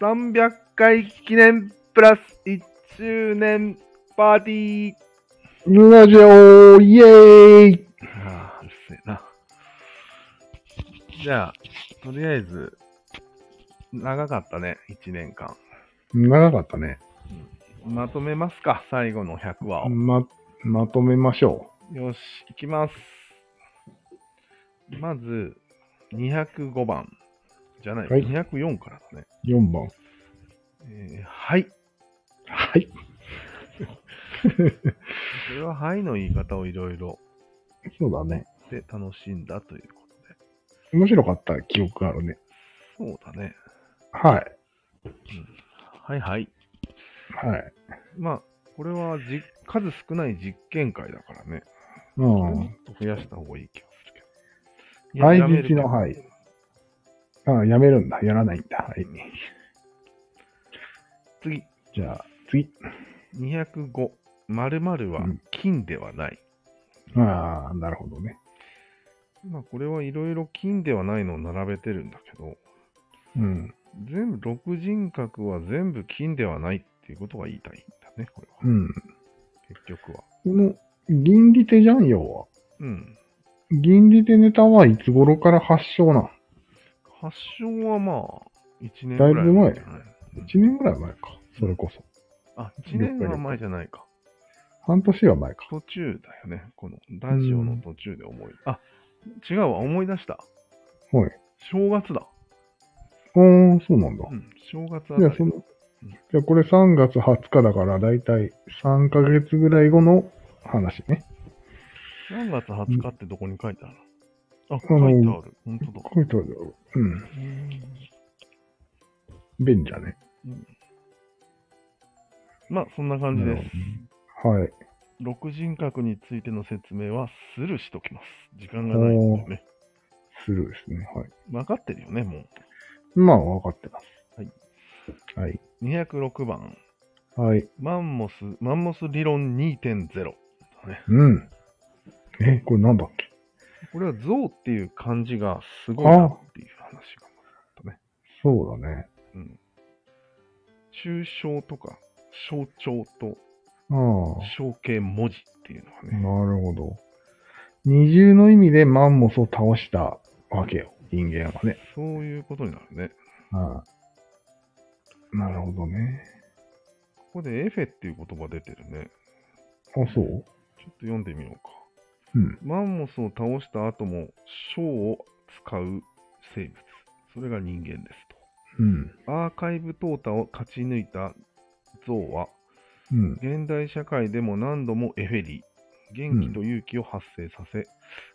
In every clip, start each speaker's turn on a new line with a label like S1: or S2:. S1: 300回記念プラス1周年パーティー。
S2: ラジオイエーイ
S1: ああ、うるせえな。じゃあ、とりあえず、長かったね、1年間。
S2: 長かったね。
S1: まとめますか、最後の100話を。
S2: ま、まとめましょ
S1: よし、いきます。まず、205番。じゃない、
S2: はい
S1: 204からだね。
S2: う。4番。
S1: えーはい。
S2: はい。
S1: それははいの言い方をいろいろ
S2: そうだね。
S1: で楽しんだということで。
S2: 面白かった記憶があるね。
S1: そうだね。
S2: はい。
S1: はいはい。
S2: はい。
S1: まあ、これはじ数少ない実験会だからね。
S2: う
S1: もっ
S2: ん。
S1: と増やした方がいい気がするけど。
S2: 来
S1: やめる
S2: 日のはい。あやめるんだ。やらないんだ。はい。
S1: 次、
S2: じゃあ、次。
S1: 205。〇〇は
S2: うん
S1: 金ではない。
S2: ああ、なるほどね。
S1: まあ、これはいろいろ金ではないのを並べてるんだけど、
S2: うん。
S1: 全部、六人格は全部金ではないっていうことが言いたいんだね、これは。
S2: うん。
S1: 結局は。
S2: この、銀利手じゃん、要は。
S1: うん。
S2: 銀利手ネタはいつ頃から発祥なん
S1: 発祥はまあ、1年ぐ
S2: だ
S1: ら
S2: い
S1: い
S2: ぶ前
S1: じゃない
S2: ?1 年ぐらい前か。それこそ。
S1: あ、1年は前じゃないか。
S2: 半年は前か。
S1: 途中だよね。このラジオの途中で思い、あ、違うわ、思い出した。
S2: はい。
S1: 正月だ。
S2: うーん、そうなんだ
S1: う。ん、正月あ
S2: じゃ
S1: た
S2: あそ
S1: り
S2: の、じゃあこれ3月20日だから、だいたい3ヶ月ぐらい後の話ね。
S1: 何月20日ってどこに書いてあるのあ、
S2: あの
S1: 書いてある。本当だ。
S2: こういうとうん、便利だね。
S1: まあ、そんな感じです。
S2: はい。
S1: 六人格についての説明はスルーしときます。時間がないんだよね。
S2: スルーですね。はい。
S1: 分かってるよね、も
S2: まあ、わかってます。はい。
S1: う。206番、
S2: はい。はい。
S1: マンモス、マンモス理論2.0。だね
S2: うん。え、これなんだっけ
S1: これは象っていう漢字がすごいなっていう話が。
S2: そうだね。
S1: うん。抽象とか象徴と
S2: ああ。
S1: 象形文字っていうのがね、
S2: なるほど。二重の意味でマンモスを倒したわけよ。人間はね。
S1: そういうことになるね。
S2: はい。なるほどね。
S1: ここでエフェっていう言葉出てるね。
S2: あ、そう
S1: ちょっと読んでみようか。
S2: うん。
S1: マンモスを倒した後も象を使う生物。それが人間です
S2: うん。
S1: と。アーカイブ淘汰を勝ち抜いた象は
S2: うん。
S1: 現代社会でも何度もエフェリー、元気と勇気を発生させ、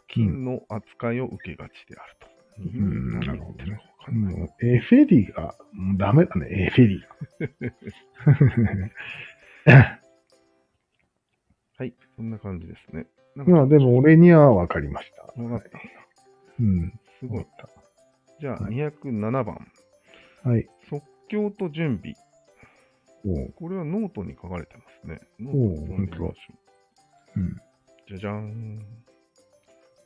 S1: 金の扱いを受けがちであると。
S2: ん
S1: 何
S2: なる
S1: 言
S2: ほ
S1: って
S2: ど
S1: る
S2: ね
S1: かわかんない。
S2: もうエフェリーが、もうダメだね、エフェリーが。
S1: はい、そんな感じですね。なんか
S2: まあでも俺には分かりました。
S1: わかった。
S2: うん。
S1: すごい。じゃあ、
S2: はい
S1: 207番。
S2: はい。
S1: 即興と準備。
S2: おう
S1: これはノートに書かれてますね。ノー
S2: おう
S1: トに書いてみましょ
S2: うん。
S1: うじゃじゃーん。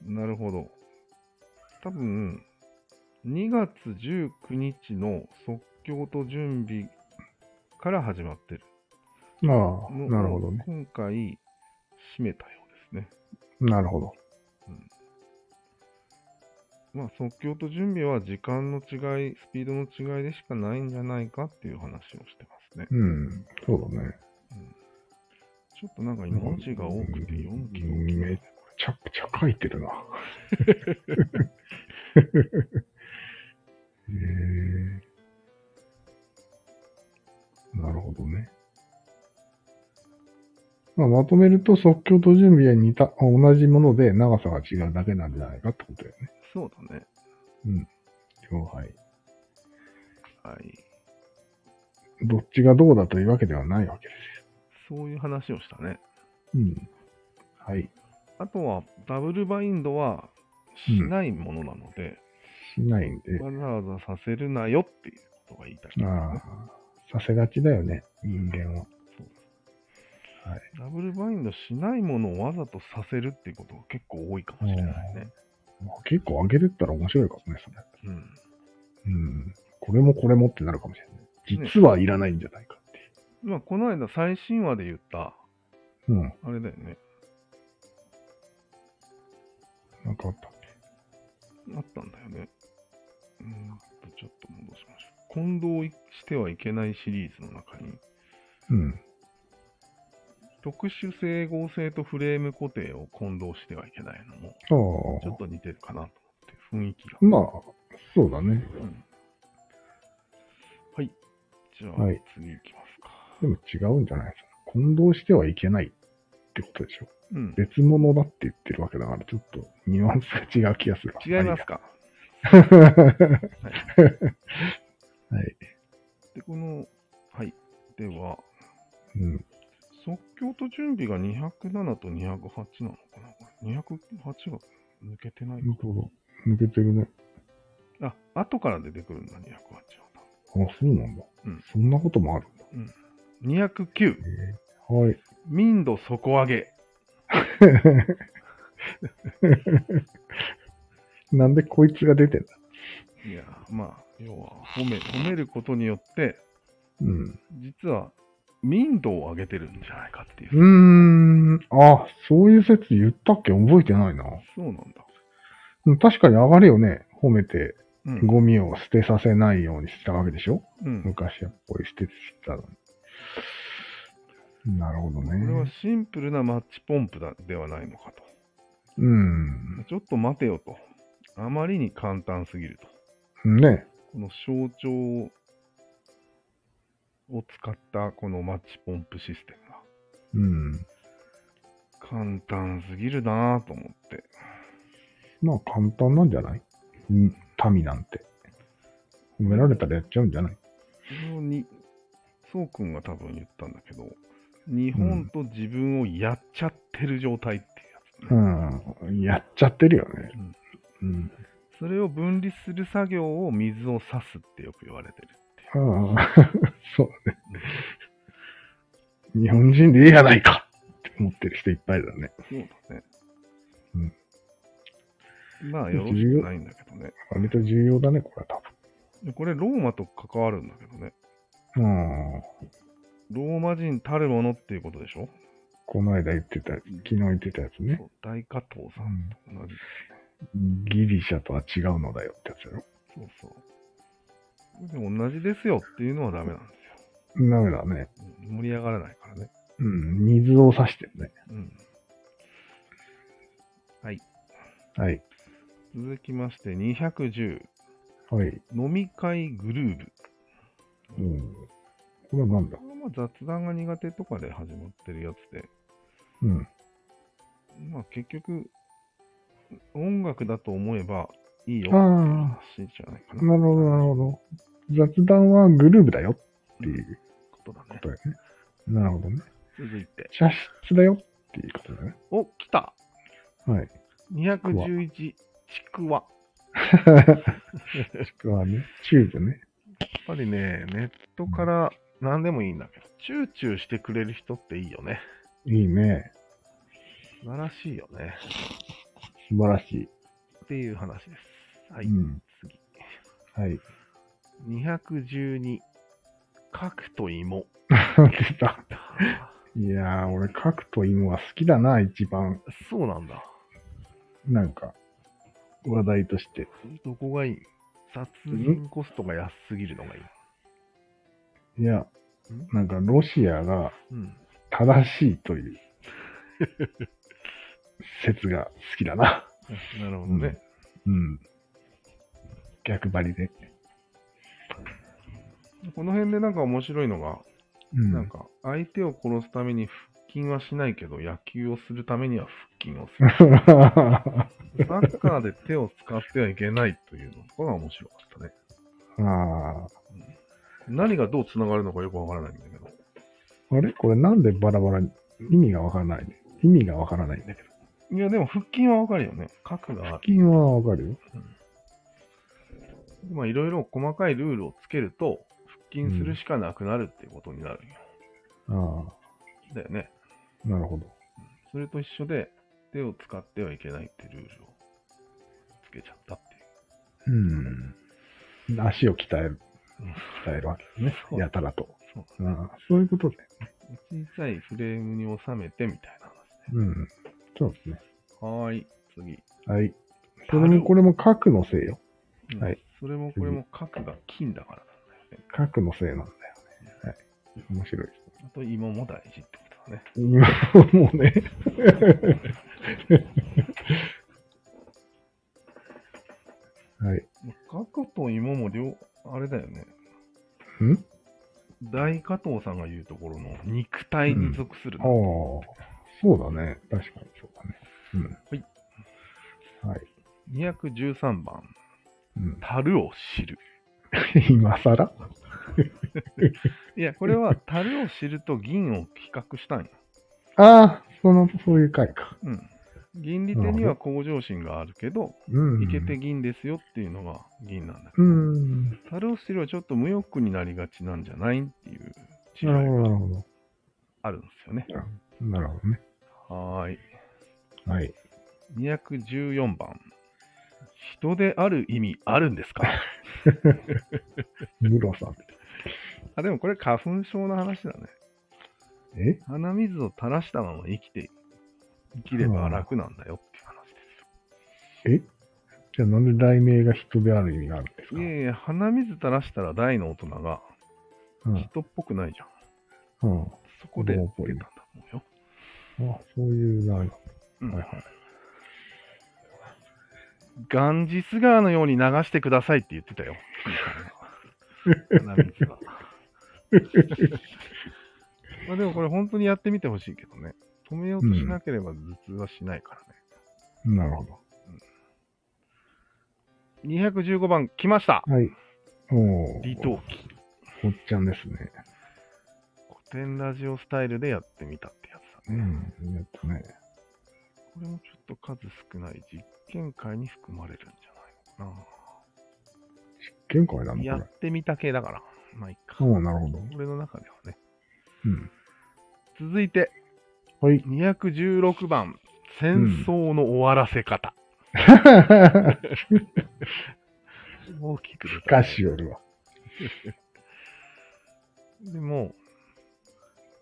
S1: なるほど。多分、2月19日の即興と準備から始まってる。
S2: ああ、
S1: の
S2: なるほどね。
S1: 今回、締めたようですね。
S2: なるほど。
S1: まあ、即興と準備は時間の違い、スピードの違いでしかないんじゃないかっていう話をしてますね。
S2: うん。そうだね。
S1: ちょっとなんか今文字が多くて読む気が起きな
S2: め
S1: い
S2: っちゃくちゃ書いてるな。 へえなるほどね。まあ、まとめると即興と準備は似た、同じもので長さが違うだけなんじゃないかってことだよね。
S1: そうだね。
S2: 了解。
S1: はい。
S2: どっちがどうだというわけではないわけで
S1: そういう話をしたね。
S2: す。うん。はい。
S1: あとは、ダブルバインドはしないものなので、
S2: しないんで。
S1: わざわざさせるなよっていうことが言いたい、
S2: ああ、させがちだよね、人間は。
S1: ダブルバインドしないものをわざとさせるっていうことが結構多いかもしれないね。
S2: 結構上げてったら面白いかもね、それ。
S1: うん。
S2: うん。これもこれもってなるかもしれない。実はいらないんじゃないかってい
S1: まあ、この間最新話で言った、
S2: う。うん。
S1: あれだよね。
S2: なんかあったっけ
S1: あったんだよね。うーんと、ちょっと戻しましょう。混同してはいけないシリーズの中に、
S2: うん。
S1: 特殊整合性とフレーム固定を混同してはいけないのも、
S2: あ
S1: ちょっと似てるかなと思って、雰囲気が
S2: あ。。まあ、そうだね。
S1: うんはい。じゃあ、
S2: はい
S1: 次行きますか。
S2: でも違うんじゃないですか。混同してはいけないってことでしょ。
S1: うん。
S2: 別物だって言ってるわけだから、ちょっとニュアンスが違う気がするわ。
S1: 違いますか。
S2: はい。はい。
S1: で、この、はい。では、
S2: うん。
S1: 即興と準備が207と208なのかなこれ ?208 が抜けてないか。
S2: 本当だ抜けてるね。
S1: あ、後から出てくるんだ、208は。
S2: あ、そうなんだ。
S1: うん
S2: そんなこともあるんだ。
S1: 209、
S2: はい。
S1: 民度底上げ。
S2: なんでこいつが出てんだ
S1: いや、まあ、要は褒め、褒めることによって、
S2: うん。
S1: 実は、民度を上げてるんじゃないかっていう。
S2: うーん。あ、そういう説言ったっけ覚えてないな。
S1: そうなんだ。
S2: うん確かに上がるよね。褒めて、
S1: うん。
S2: ゴミを捨てさせないようにしたわけでしょ
S1: うん、こ
S2: 昔やっぽい捨ててたのに。なるほど
S1: れは
S2: ね。
S1: シンプルなマッチポンプだではないのかと。
S2: うん。
S1: ちょっと待てよと。あまりに簡単すぎると。
S2: ね。
S1: この象徴を使ったこのマッチポンプシステムが
S2: うん。
S1: 簡単すぎるなぁと思って。
S2: まあ簡単なんじゃないうん民なんて。褒められたらやっちゃうんじゃない
S1: それをに、そうくんが多分言ったんだけど、日本と自分をやっちゃってる状態っていうやつ、
S2: う
S1: ね
S2: ん。やっちゃってるよね。うん。
S1: それを分離する作業を水を差すってよく言われてるっていう。
S2: うん。 そうね。日本人でいいやないかって思ってる人いっぱいだね。
S1: そうだね。まあ、
S2: 重
S1: よ
S2: 要
S1: ろしくないんだけどね。
S2: 割と重要だね、これは
S1: これ、ローマと関わるんだけどね。
S2: 多分。うん。
S1: ローマ人たるものっていうことでしょ
S2: この間言ってた、昨日言ってたやつね。
S1: そう大加藤さ
S2: うんん
S1: と同じ。
S2: ギリシャとは違うのだよってやつだろ。
S1: そうそう。でも同じですよっていうのはダメなんですよ。
S2: ダメだね。
S1: うん盛り上がらないからね。
S2: うん。水を差してるね。
S1: うん。
S2: はい。
S1: 続きまして210、
S2: はい。
S1: 飲み会グルーブ。
S2: うん。これはなんだ
S1: これはまあ雑談が苦手とかで始まってるやつで、
S2: うん。
S1: まあ結局、音楽だと思えばいいよっていう
S2: あ
S1: 話じゃないか
S2: あ、
S1: な。
S2: なるほど、なるほど。雑談はグルーブだよってい
S1: うん
S2: う
S1: ことだ
S2: こ
S1: ね。
S2: とだよね。なるほどね。
S1: 続いて。
S2: 茶室だよっていうことだね。
S1: お、来た
S2: はい。
S1: !211、ちくわ。
S2: ちくわね。チューブね。
S1: やっぱりね、ネットから何でもいいんだけど、チューチューしてくれる人っていいよね。
S2: いいね。
S1: 素晴らしいよね。
S2: 素晴らしい。
S1: っていう話です。はい、
S2: うん。
S1: 次。
S2: はい。
S1: 212、核と芋。
S2: 出た。いやー、俺、角と芋は好きだな、一番。
S1: そうなんだ。
S2: なんか、話題として。
S1: どこがいい殺人コストが安すぎるのがいい。
S2: いや、なんか、ロシアが
S1: うん。
S2: 正しいという 説が好きだな。
S1: なるほどね。
S2: うん。逆張りで。
S1: この辺でなんか面白いのが、
S2: うん。
S1: なんか相手を殺すために腹筋はしないけど、野球をするためには腹筋をする。サッカーで手を使ってはいけないというのとかが面白かったね。
S2: あ
S1: 何がどうつながるのかよくわからないんだけど。
S2: ーあれこれなんでバラバラに意味がわからないね。意味がわからないんだけど。
S1: いや、でも腹筋はわかるよね。核があ
S2: 腹
S1: る。
S2: 筋はわかるよ。
S1: まあ、いろいろ細かいルールをつけると、腹筋するしかなくなるっていうことになるんよ。
S2: あ
S1: だよね。
S2: あ、なるほど。
S1: それと一緒で、手を使ってはいけないってルールをつけちゃったっていう。
S2: うん。足を鍛える。伝えるわけですね。
S1: そう
S2: やたらと。
S1: そう
S2: うん、そういうことで。
S1: 小さいフレームに収めてみたいな話ね。
S2: うん。そうですね。
S1: はーい、次。
S2: はい。それもこれも核のせいよ。
S1: うん
S2: はい。
S1: それもこれも核が金だからなんだよね。
S2: 核のせいなんだよね。はい。面白いです。
S1: あと芋も大事ってことだね。
S2: 今、もうね。 はい。
S1: まあ核と芋も両、あれだよね。
S2: ん
S1: 大加藤さんが言うところの肉体に属する
S2: ああ、。そうだね。確かにそうだね。うん。はい。はい。
S1: 213番、
S2: うん、
S1: 樽を知る。
S2: 今更
S1: いや、これ は樽を知ると銀を比較したんや。
S2: ああ、その、そういう回か。
S1: うん。銀利手には向上心があるけど、
S2: うん。
S1: いけて銀ですよっていうのが銀なんだけど、
S2: うん。な
S1: 樽を知るはちょっと無欲になりがちなんじゃないっていう違い
S2: るほど、な
S1: が
S2: るほど。
S1: あるんですよね。
S2: なるほどね。
S1: はーい。
S2: はい。
S1: 214番。人である意味あるんですか
S2: ムロさん。
S1: あ、でもこれ花粉症の話だね。
S2: え
S1: 鼻水を垂らしたまま生きて、生きれば楽なんだよっていう話で
S2: えじゃあなんで題名が人である意味があるんです
S1: すよ。
S2: か
S1: いやいや、鼻水垂らしたら大の大人が
S2: うん。
S1: 人っぽくないじゃん。
S2: うん。あ
S1: そこで
S2: どう
S1: 受
S2: 思う
S1: けたんだと思うよ。
S2: そういうなる
S1: うん
S2: はいはい。
S1: ガンジス川のように流してくださいって言ってたよ。鼻水は。 まあでもこれ本当にやってみてほしいけどね。止めようとしなければ頭痛はしないからね。
S2: なるほど。
S1: 215番来ました
S2: はい。おお。
S1: 離島記。
S2: おっちゃんですね。
S1: 古典ラジオスタイルでやってみたってやつ
S2: う
S1: だね。
S2: ん。やったね。
S1: これもちょっと数少ない実験会に含まれるんじゃないか
S2: 玄界な
S1: な。
S2: の
S1: や
S2: か
S1: ってみた系だから。まあいっか。
S2: なおおなるほど。
S1: 俺の中ではね。
S2: うん。
S1: 続いて
S2: はい。
S1: 216番。戦争の終わらせ方。大きく出た
S2: かしよるわ。
S1: でも、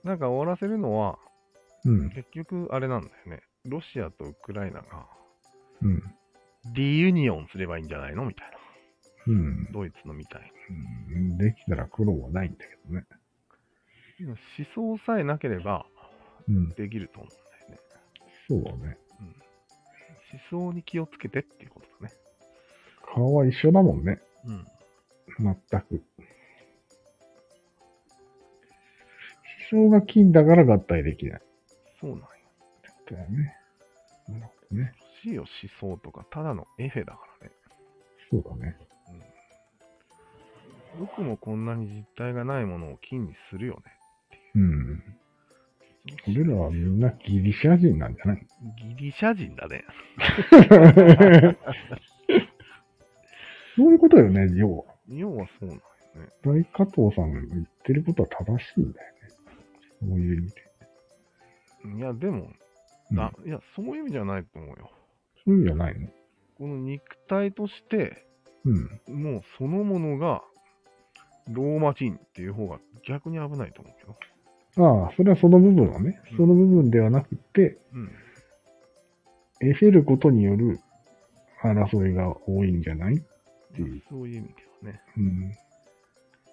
S1: なんか終わらせるのは、
S2: うん。
S1: 結局あれなんだよね。ロシアとウクライナが
S2: うん。
S1: リユニオンすればいいんじゃないのみたいな。
S2: うん。
S1: ドイツのみたい
S2: うんできたら苦労はないんだけどね。
S1: に。思想さえなければ
S2: うん。
S1: できると思うんだよね。
S2: そうだね。
S1: 思想に気をつけてっていうことだね。
S2: 顔は一緒だもんね。
S1: うん。
S2: 全く。思想が金だから合体できない。
S1: そうなんよ。
S2: ってことだよね。なるほどね。
S1: 欲しいよ、思想とか、ただのエフェだからね。
S2: そうだね。
S1: よくもこんなに実体がないものを金にするよね。
S2: うん。俺らはみんなギリシャ人なんじゃ ない
S1: ギリシャ人だね。
S2: そういうことよね、要は。
S1: 要はそうなんよね。
S2: 大加藤さんが言ってることは正しいんだよね。そういう意味で。
S1: いや、でも、
S2: うん
S1: な、いや、そういう意味じゃないと思うよ。
S2: そういうんじゃないの
S1: この肉体として、
S2: うん。
S1: もうそのものが、ローマ人っていう方が逆に危ないと思うけど。
S2: ああ、それはその部分はね。
S1: うん
S2: その部分ではなくて、
S1: うん。
S2: エフェルことによる争いが多いんじゃないていう
S1: そういう意味ではね。
S2: うん。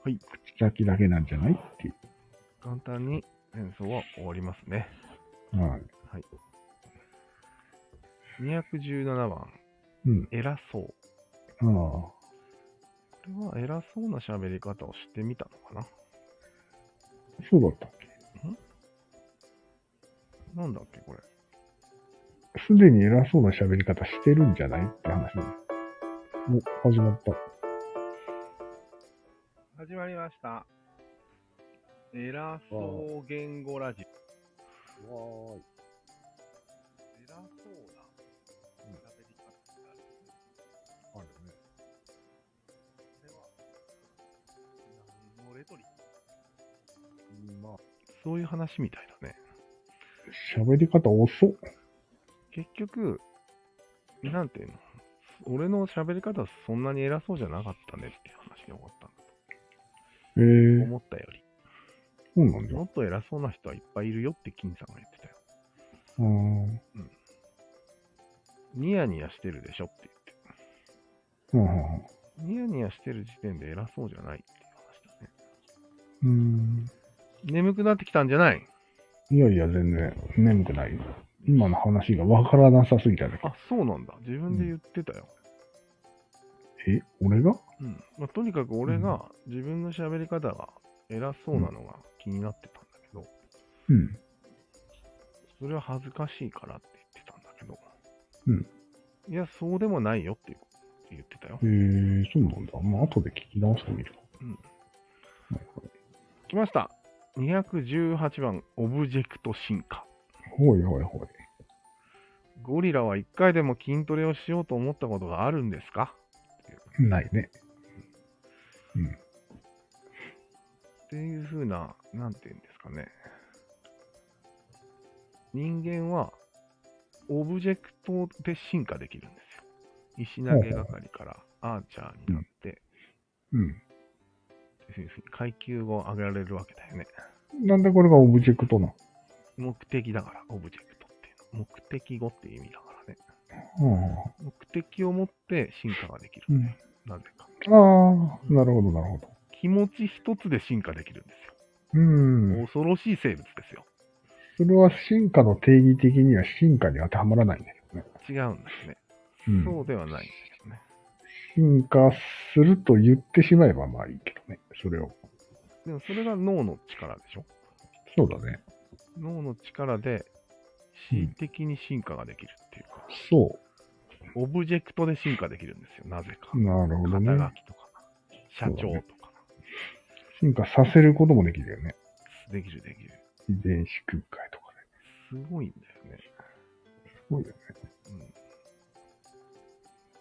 S1: はい。
S2: 口先だけなんじゃないっていう。
S1: 簡単に演奏は終わりますね。
S2: はい。
S1: はい。217番、
S2: うん。
S1: 偉そう。
S2: ああ。
S1: これは偉そうな喋り方をしてみたのか
S2: そうだったっけ
S1: ななんだっけ、これ。
S2: すでに偉そうな喋り方してるんじゃないって話ね。お、始まった。
S1: 始まりました。偉そう言語ラジオ。
S2: わーい。
S1: 偉そうな喋り方があるね。
S2: あるね。
S1: これは、何のレトリ
S2: まあ。
S1: そういう話みたいだね。
S2: 喋り方遅っ。
S1: 結局、なんていうの俺の喋り方はそんなに偉そうじゃなかったねっていう話で終わったんだ。
S2: えー、
S1: 思ったより。
S2: そうなんだ。
S1: もっと偉そうな人はいっぱいいるよって金さんが言ってたよ。
S2: あー
S1: ニヤニヤしてるでしょって
S2: はあはあ。
S1: 言って。ニヤニヤしてる時点で偉そうじゃないっていう話だね。
S2: うーん。
S1: 眠くなってきたんじゃない
S2: いやいや、全然眠くないよ。今の話がわからなさすぎただけ。
S1: あ、そうなんだ。自分で言ってたよ。
S2: え、俺が
S1: うん。まあ、とにかく俺が自分の喋り方が偉そうなのが気になってたんだけど、
S2: うん。
S1: それは恥ずかしいからって言ってたんだけど、
S2: うん。
S1: いや、そうでもないよって言ってたよ
S2: え。ー、そうなんだ。まあ、後で聞き直してみる。
S1: うん
S2: はいはい。
S1: 来ました。218番、オブジェクト進化。
S2: ほいほいほい。
S1: ゴリラは1回でも筋トレをしようと思ったことがあるんですか
S2: ないね。うん。
S1: っていうふうな、なんて言うんですかね。人間は、オブジェクトで進化できるんですよ。石投げ係からアーチャーになって、
S2: う
S1: っていうふうに階級を上げられるわけだよね。
S2: ん。なんでこれがオブジェクトなの
S1: 目的だから、オブジェクトっていうの。目的語っていう意味だからね。
S2: あ
S1: 目的を持って進化ができる。
S2: うん
S1: なぜか。
S2: あああ、なるほど、なるほど。
S1: 気持ち一つで進化できるんですよ。
S2: うん。
S1: 恐ろしい生物ですよ。
S2: それは進化の定義的には進化に当てはまらないんだけどね。
S1: 違うんですね。
S2: うん
S1: そうではないんだけどね。
S2: 進化すると言ってしまえばまあいいけどね。それを。
S1: でもそれが脳の力でしょ
S2: そうだね。
S1: 脳の力で恣意的に進化ができるっていうか、
S2: そ
S1: オブジェクトで進化できるんですよ、なぜか
S2: う。。なるほど
S1: 肩書
S2: ね。
S1: きとか、社長
S2: そうだね
S1: とか、
S2: 進化させることもできるよね。
S1: できるできる。
S2: 遺伝子空海とか
S1: すごいんだよね。
S2: ね。すごいよね。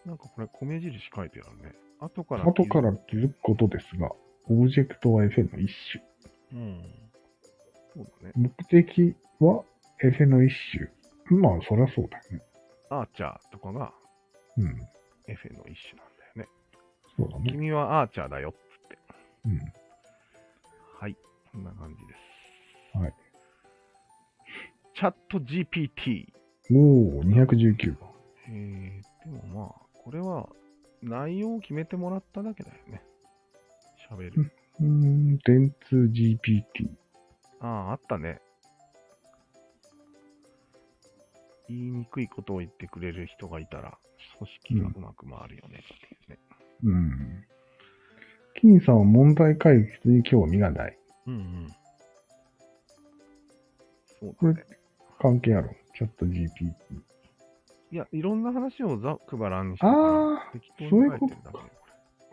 S1: うん、なんかこれ、米印書いてあるね。後から気づ
S2: 後から気づくことですが、オブジェクトは FN の一種。
S1: うん。そうだね。
S2: 目的は FN の一種。まあ、そりゃそうだよね。
S1: アーチャーとかが
S2: うん。
S1: エフェの一種なんだよね。
S2: そうだね。
S1: 君はアーチャーだよっつって。
S2: うん。
S1: はい。こんな感じです。
S2: はい。
S1: チャット GPT。
S2: おお、219番。
S1: えー、でもまあ、これは内容を決めてもらっただけだよね。喋る。
S2: うーん、電通 GPT。
S1: ああ、あったね。言いにくいことを言ってくれる人がいたら、組織がうまく回るよねっていうね。
S2: うん。金さんは問題解決に興味がない。
S1: うんうん。そう
S2: こ
S1: だ
S2: れ
S1: ね。
S2: 関係あるチャット GPT。
S1: いや、いろんな話をざっくばらんにしてるから、
S2: ああ、
S1: 適当に書いてるだけ
S2: そういう
S1: だ
S2: ことか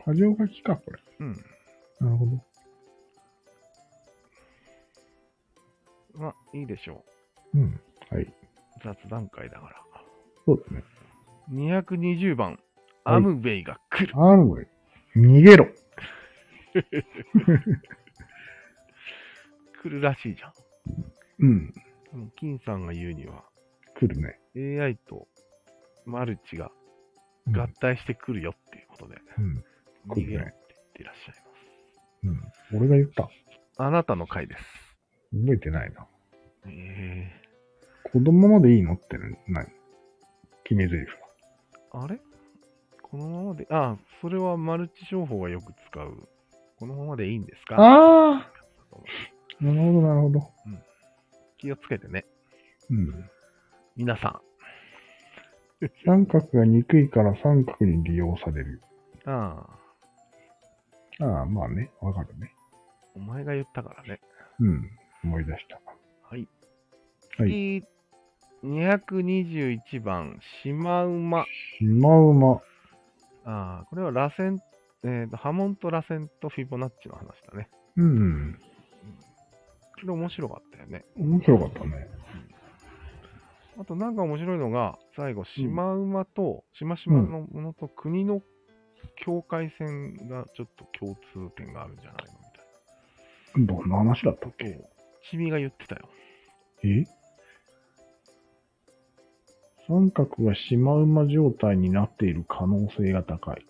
S2: 過剰書きか、これ。
S1: うん。
S2: なるほど。
S1: まあ、いいでしょ
S2: うん。はい。
S1: う。雑談会だから。
S2: そうだね。
S1: 220番、
S2: はい
S1: アムウェイが来る。
S2: あるわよ。逃げろ。
S1: 来るらしいじゃん。
S2: うん。
S1: 多分金さんが言うには、
S2: 来るね。
S1: AI とマルチが
S2: うん
S1: 合体してくるよっていうことで、
S2: うん。来
S1: 逃
S2: るね
S1: げろって言ってらっしゃいま
S2: うん。俺が言った。
S1: す。あなたの回です。
S2: 覚えてないな。
S1: え
S2: 子供までいいのって何決め台詞は。
S1: ー、あれこのままで、あ、それはマルチ商法がよく使う。このままでいいんですか
S2: ああなるほど、なるほど。
S1: 気をつけてね。
S2: うん。
S1: 皆さ
S2: 三角が憎いから三角に利用される。
S1: ん。ああ、
S2: ああ、まあね。わかるね。
S1: お前が言ったからね。
S2: うん。思い出した。
S1: はい。
S2: は
S1: 次、221番、シマウマ。
S2: シマウマ。
S1: ああ、これは螺旋、えーと、波紋と螺旋とフィボナッチの話だね。
S2: うん。
S1: これ面白かったよね。
S2: 面白かったね。
S1: あとなんか面白いのが、最後、シマウマと、シマシマのものと国の境界線がちょっと共通点があるんじゃないのみ
S2: どんな話だったった
S1: いなこ
S2: け
S1: とを、チミが言ってたよ。
S2: え三角がシマウマ状態になっている可能性が高い。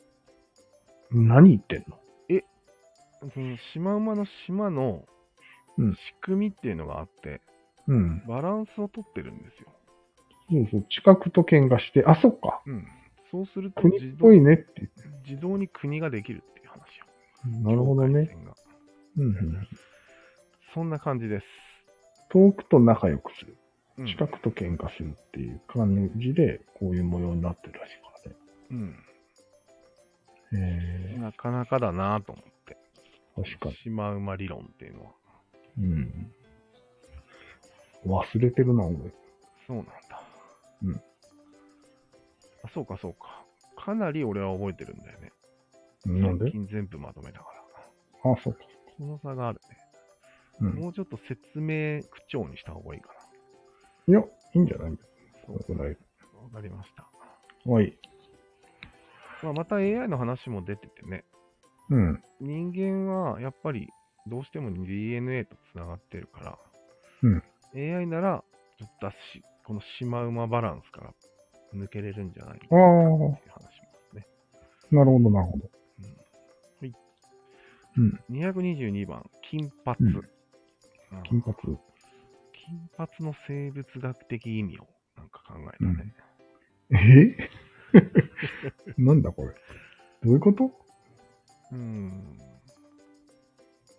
S2: 何言ってんの
S1: そのシマウマの島の
S2: うん
S1: 仕組みっていうのがあって、
S2: うん。
S1: バランスをとってるんですよ。
S2: そうそう、近くと喧嘩して、あ、そっか、
S1: うん、そうすると
S2: 国っ
S1: 自動
S2: ぽいねって。
S1: 自動に国ができるっていう話よ。
S2: なるほど
S1: 境界
S2: ね。
S1: 線が
S2: うんうん。
S1: そんな感じです。
S2: 遠くと仲良くする。
S1: うん
S2: 近くと喧嘩するっていう感じで、こういう模様になってるらしいからね。
S1: うん、
S2: へ
S1: なかなかだなと思って。
S2: え確かに。
S1: シマウマ理論っていうのは。
S2: うん。忘れてるな、俺。
S1: そうなんだ。
S2: うん。
S1: あ、そうかそうか。かなり俺は覚えてるんだよね。
S2: なんで
S1: 最近全部まとめたから。
S2: あ、そうか。
S1: この差があるね。
S2: うん。
S1: もうちょっと説明口調にした方がいいか
S2: いや、いいんじゃない
S1: そ
S2: そうれぐらい。
S1: な。わかりました。
S2: はい。
S1: まあ、また AI の話も出ててね。
S2: うん。
S1: 人間はやっぱりどうしても DNA とつながってるから、AI ならちょっとだし、このシマウマバランスから抜けれるんじゃないかっていう話もね。
S2: なるほど、なるほど。
S1: はい、
S2: うん。
S1: 222番、金髪、
S2: うん
S1: あー
S2: 金髪。
S1: 金髪の生物学的意味をなんか考えたね。
S2: え なんだこれ。どういうこと
S1: うん。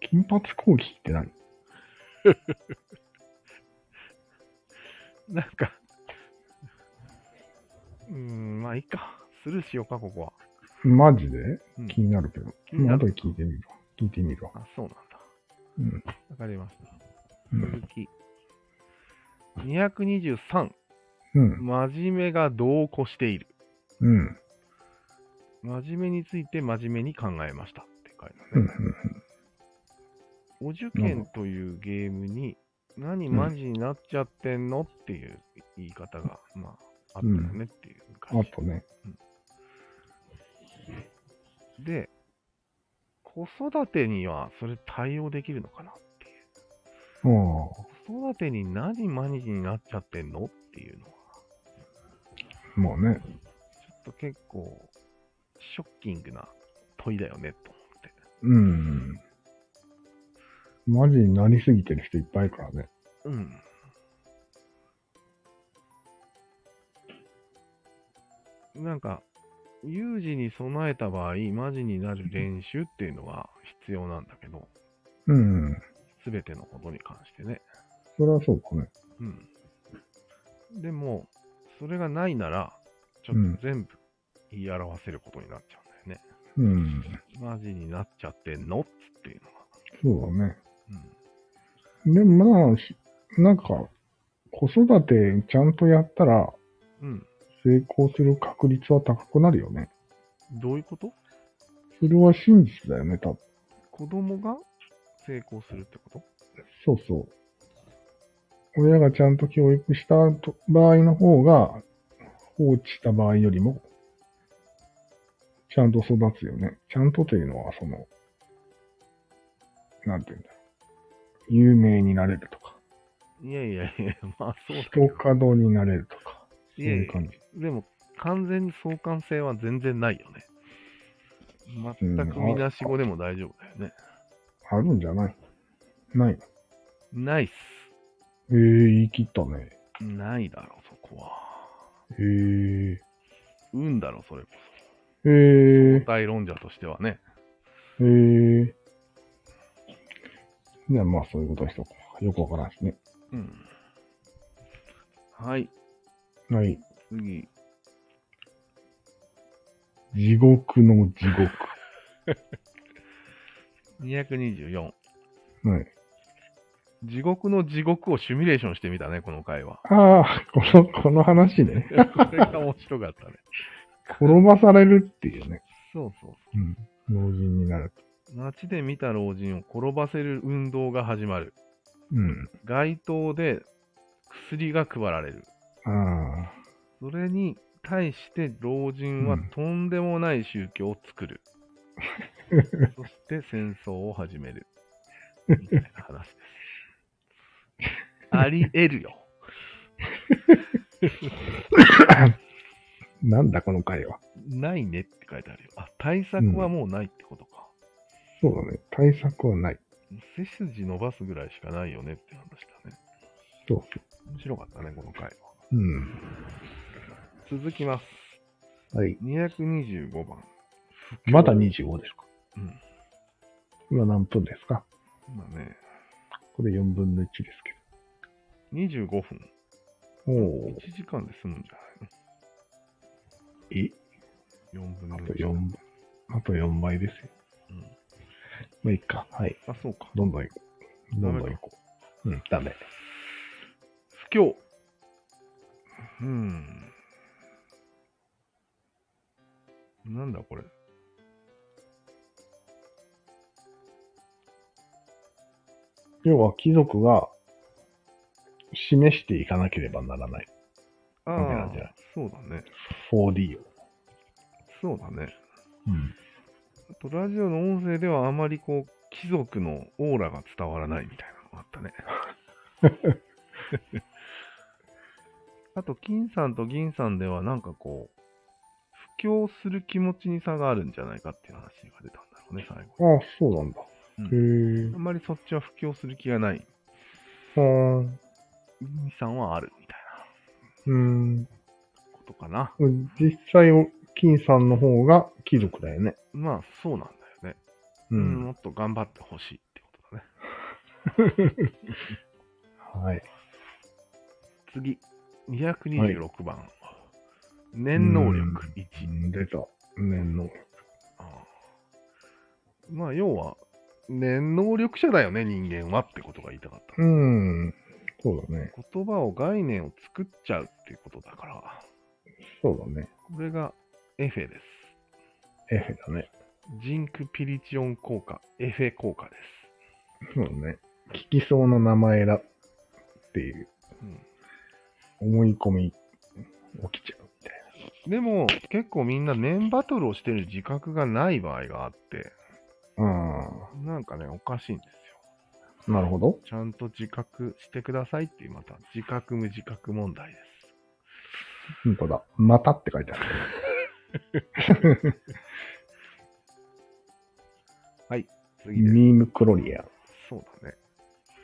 S2: 金髪講義って何
S1: なんか、うん、まあいいか。スルーしようか、ここは。
S2: マジで
S1: うん
S2: 気になるけど。
S1: 気に
S2: ま
S1: な
S2: あ後
S1: る
S2: で聞いてみるわ。聞いてみるわ。
S1: あ、そうなんだ。
S2: うん。
S1: わかりました。
S2: うん
S1: 続き。223、
S2: うん。
S1: 真面目が同行している。
S2: うん。
S1: 真面目について真面目に考えましたって書いてあ
S2: う
S1: る
S2: ん
S1: ね。。お受験というゲームに、何
S2: うん
S1: マジになっちゃってんのっていう言い方が、まあ、あったよねっていう
S2: うん
S1: 感
S2: あ
S1: じ。
S2: とね。
S1: で、子育てにはそれ対応できるのかなっていう。
S2: ああ。
S1: 子育てに何マジになっちゃってんのっていうのは、
S2: まあね。
S1: ちょっと結構、ショッキングな問いだよねと思って。
S2: うん。マジになりすぎてる人いっぱいいるからね。
S1: うん。なんか、有事に備えた場合、マジになる練習っていうのが必要なんだけど、
S2: うん。
S1: すべてのことに関してね。
S2: それはそうかね。
S1: うん。でも、それがないなら、ちょ
S2: う
S1: っ
S2: ん
S1: と全部言い表せることになっちゃうんだよね。
S2: うん。
S1: マジになっちゃってんのっつっていうのが。
S2: そうだね。
S1: うん。
S2: でもまあ、しなんか、子育てちゃんとやったら、
S1: うん。
S2: 成功する確率は高くなるよね。
S1: どういうこと
S2: それは真実だよね、多分。
S1: 子供が成功するってこと
S2: そうそう。親がちゃんと教育したと場合の方が、放置した場合よりも、ちゃんと育つよね。ちゃんとというのは、その、なんて言うんだろう。有名になれるとか、
S1: いやいやいや、まあそうだけど
S2: 人角になれるとか、そう
S1: いやい
S2: いう
S1: や
S2: 感じ。
S1: でも完全に相関性は全然ないよね。全くみなし語でも大丈夫だよね。
S2: あるんじゃないない。
S1: ないっす。
S2: ええー、言い切ったね。
S1: ないだろ、そこは。
S2: ええ
S1: 運だろ、それこ
S2: ええ
S1: そ。大論者としてはね。
S2: ええじゃあまあそういうことにしとこう。よくわからんしね。
S1: うん。はい、
S2: はい。
S1: 次。
S2: 地獄の地獄。
S1: 224。
S2: はい。。
S1: 地獄の地獄をシミュレーションしてみたね、この回は
S2: ああ、この、この話ね。
S1: これが面白かったね。
S2: 転ばされるっていうね。
S1: そうそう
S2: うん。老人になる。
S1: そう。街で見た老人を転ばせる運動が始まる。
S2: うん。
S1: 街頭で薬が配られる。
S2: ああ、
S1: それに対して老人は
S2: うん
S1: とんでもない宗教を作 る。そして戦争を始める。みたいな話です。あり得るよ。
S2: なんだこの回は。
S1: ないねって書いてあるよ。あ、対策はもうないってことか。
S2: そうだね。対策はない。
S1: 背筋伸ばすぐらいしかないよねって話だね。
S2: そう
S1: 面白かったね、この回は。
S2: そう。うん。
S1: 続きます。
S2: はい。
S1: 225番。
S2: まだ25ですか。
S1: うん。
S2: 今何分ですか
S1: 今ね、
S2: これ4分の1です
S1: 25分。
S2: けど。お
S1: 1
S2: ー。
S1: 時間で済むんじ
S2: え
S1: ゃないの ?4 分
S2: あ
S1: の
S2: と
S1: 1。
S2: 4、あと4倍ですよ。
S1: うん。
S2: まあいいか。はい。
S1: あ、そうか。
S2: どんどん行こう。どんどん行こう。うん、ダメ。
S1: 不況。うん。なんだこれ。
S2: 要は貴族が示していかなければならない。
S1: あ
S2: わけなんじゃな
S1: あ
S2: い、
S1: そうだね。
S2: 4D を。
S1: そうだね。
S2: うん。
S1: あと、ラジオの音声ではあまりこう、貴族のオーラが伝わらないみたいなのがあったね。 あと、金さんと銀さんではなんかこう、布教する気持ちに差があるんじゃないかっていう話が出たんだろうね、最後。
S2: ああ、そうなんだ。
S1: うん
S2: へえ
S1: あんまりそっちは布教する気がない。。
S2: あー
S1: 銀さんはあるみたいな
S2: うん。
S1: ことかな。
S2: 実際、金さんの方が貴族だよね。
S1: まあ、そうなんだよね。
S2: う
S1: うん、もっと頑張ってほしいってことだね。
S2: はい。
S1: 次、226番。念能力1。
S2: うん出た。念の。
S1: ああまあ、要は、念能力者だよね、人間はってことが言いたかった。
S2: うん。そうだね。
S1: 言葉を概念を作っちゃうっていうことだから、
S2: そうだね。
S1: これがエフェです。
S2: エフェだね。
S1: ジンクピリチオン効果、エフェ効果で
S2: そうだね。聞きそうな名前だっていう
S1: す。うん
S2: 思い込み起きちゃうみたい
S1: でも、結構みんな念バトルをしてる自覚がない場合があって、
S2: な。あ
S1: なんかね、おかしいんですよ。
S2: あ、なるほど。
S1: ちゃんと自覚してくださいっていう、また、自覚無自覚問題です。
S2: 本当だ。またって書いてある。
S1: 次です。
S2: ミームクロリア。
S1: そうだね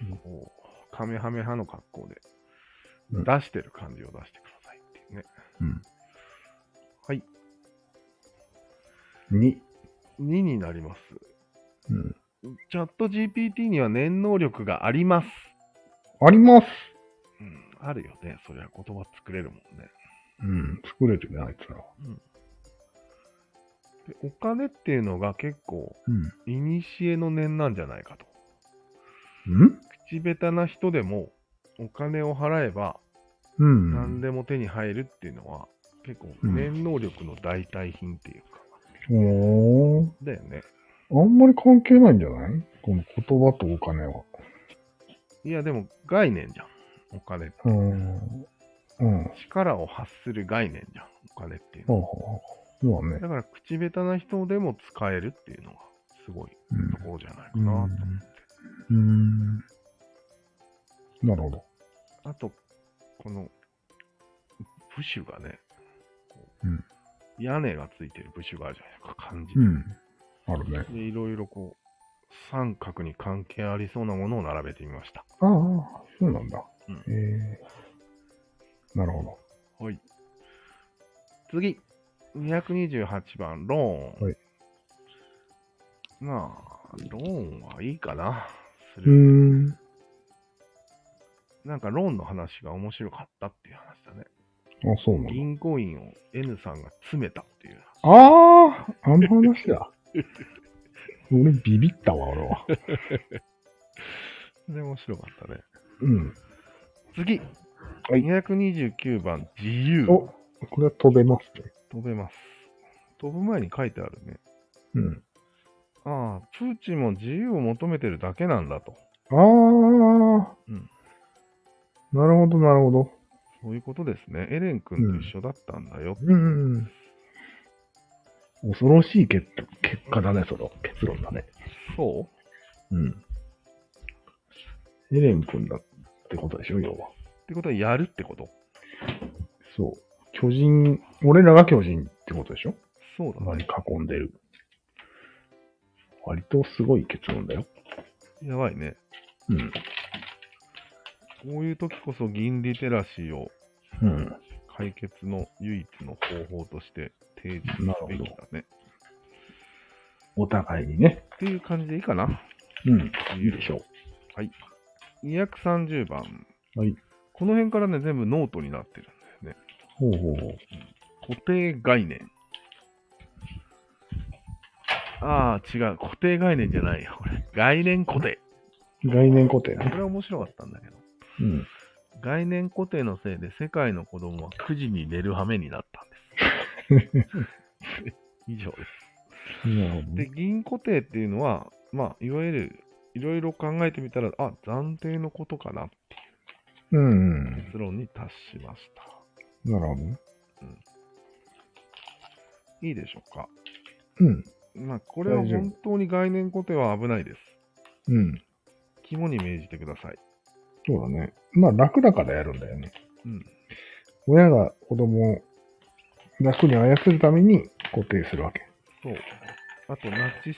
S2: うん。
S1: こう、カメハメ派の格好で、
S2: う
S1: 出
S2: ん
S1: してる感じを出してくださいっていうね。
S2: うん。
S1: はい。
S2: に。
S1: 2になります。
S2: うん。
S1: チャット GPT には念能力があります。
S2: あります。
S1: うん、あるよね。そりゃ言葉作れるもんね。
S2: うん。作れてるね、あいつらは。
S1: でお金っていうのが結構、
S2: う
S1: 古の念なんじゃないかと。
S2: ん。ん
S1: 口下手な人でも、お金を払えば、
S2: うん。
S1: 何でも手に入るっていうのは、結構、
S2: うん
S1: 念能力の代替品っていうか、
S2: おー。
S1: だよね。
S2: あんまり関係ないんじゃないこの言葉とお金は。
S1: いや、でも概念じゃん。お金って。
S2: うん。うん。
S1: 力を発する概念じゃん。お金っていうの
S2: ほうほうほう。そうだ
S1: は。
S2: ね。
S1: だから、口下手な人でも使えるっていうのが、すごいところじゃないかなと思って。
S2: うん。うん。なるほど。
S1: あと、この、ブシュがね、こ
S2: うん
S1: 屋根がついてるブシュがあるじゃないですか、感じ、
S2: うん。あるね。
S1: で、いろいろこう、三角に関係ありそうなものを並べてみました。
S2: ああ、そうなんだ。
S1: うん
S2: えー。なるほど。
S1: はい。次、228番、ローン。
S2: はい
S1: まあ、ローンはいいかな。す
S2: うー
S1: る
S2: ん。
S1: なんかローンの話が面白かったっていう話だね。
S2: あ、そうなんだ。
S1: 銀行員を N さんが詰めたっていう。
S2: ああ、あの話だ。俺ビビったわ、俺は。
S1: で、面白かったね。
S2: うん。
S1: 次、
S2: い
S1: 229番、自由。
S2: お、これは飛べますね。
S1: 飛べます。飛ぶ前に書いてあるね。
S2: うん。
S1: ああ、プーチンも自由を求めてるだけなんだと。
S2: ああ、
S1: うん
S2: なるほど、なるほど。
S1: そういうことですね。エレン君と一緒だったんだよ。
S2: うん。恐ろしい結結果だね、その結論だね。
S1: そう
S2: うん。エレン君だってことでしょ、要は。
S1: ってことはやるってこと
S2: そう。巨人、俺らが巨人ってことでしょ
S1: そうだ
S2: 周り
S1: ね。
S2: 囲んでる。割とすごい結論だよ。
S1: やばいね。
S2: うん。
S1: こういう時こそ銀リテラシーを
S2: うん。
S1: 解決の唯一の方法として提示すべきだね。
S2: お互いにね。
S1: っていう感じでいいかな。
S2: うん。いいでしょ
S1: 230番。
S2: はい。
S1: この辺からね、全部ノートになってるんだよね。
S2: う。ほうほうほう。
S1: 固定概念。ああ、違う。固定概念じゃないよ、これ。概念固定。
S2: 概念固定
S1: こ
S2: ね。
S1: れは面白かったんだけど。
S2: うん。
S1: 概念固定のせいで世界の子供は9時に寝る羽目になったん です。以上です。
S2: なるほど
S1: で、
S2: ね。
S1: 銀固定っていうのは、まあ、いわゆる、いろいろ考えてみたら、あ、暫定のことかな、
S2: うんうん。
S1: 結論に達しました。
S2: なるほどね。
S1: いいでしょうか。
S2: うん。
S1: まあ、これは
S2: 大丈夫
S1: 本当に概念固定は危ないです。
S2: うん。
S1: 肝に銘じてください。
S2: そうだね。まあ楽だからやるんだよね。
S1: うん。
S2: 親が子供を楽に操るために固定するわけ。
S1: そう。あと、ナチス、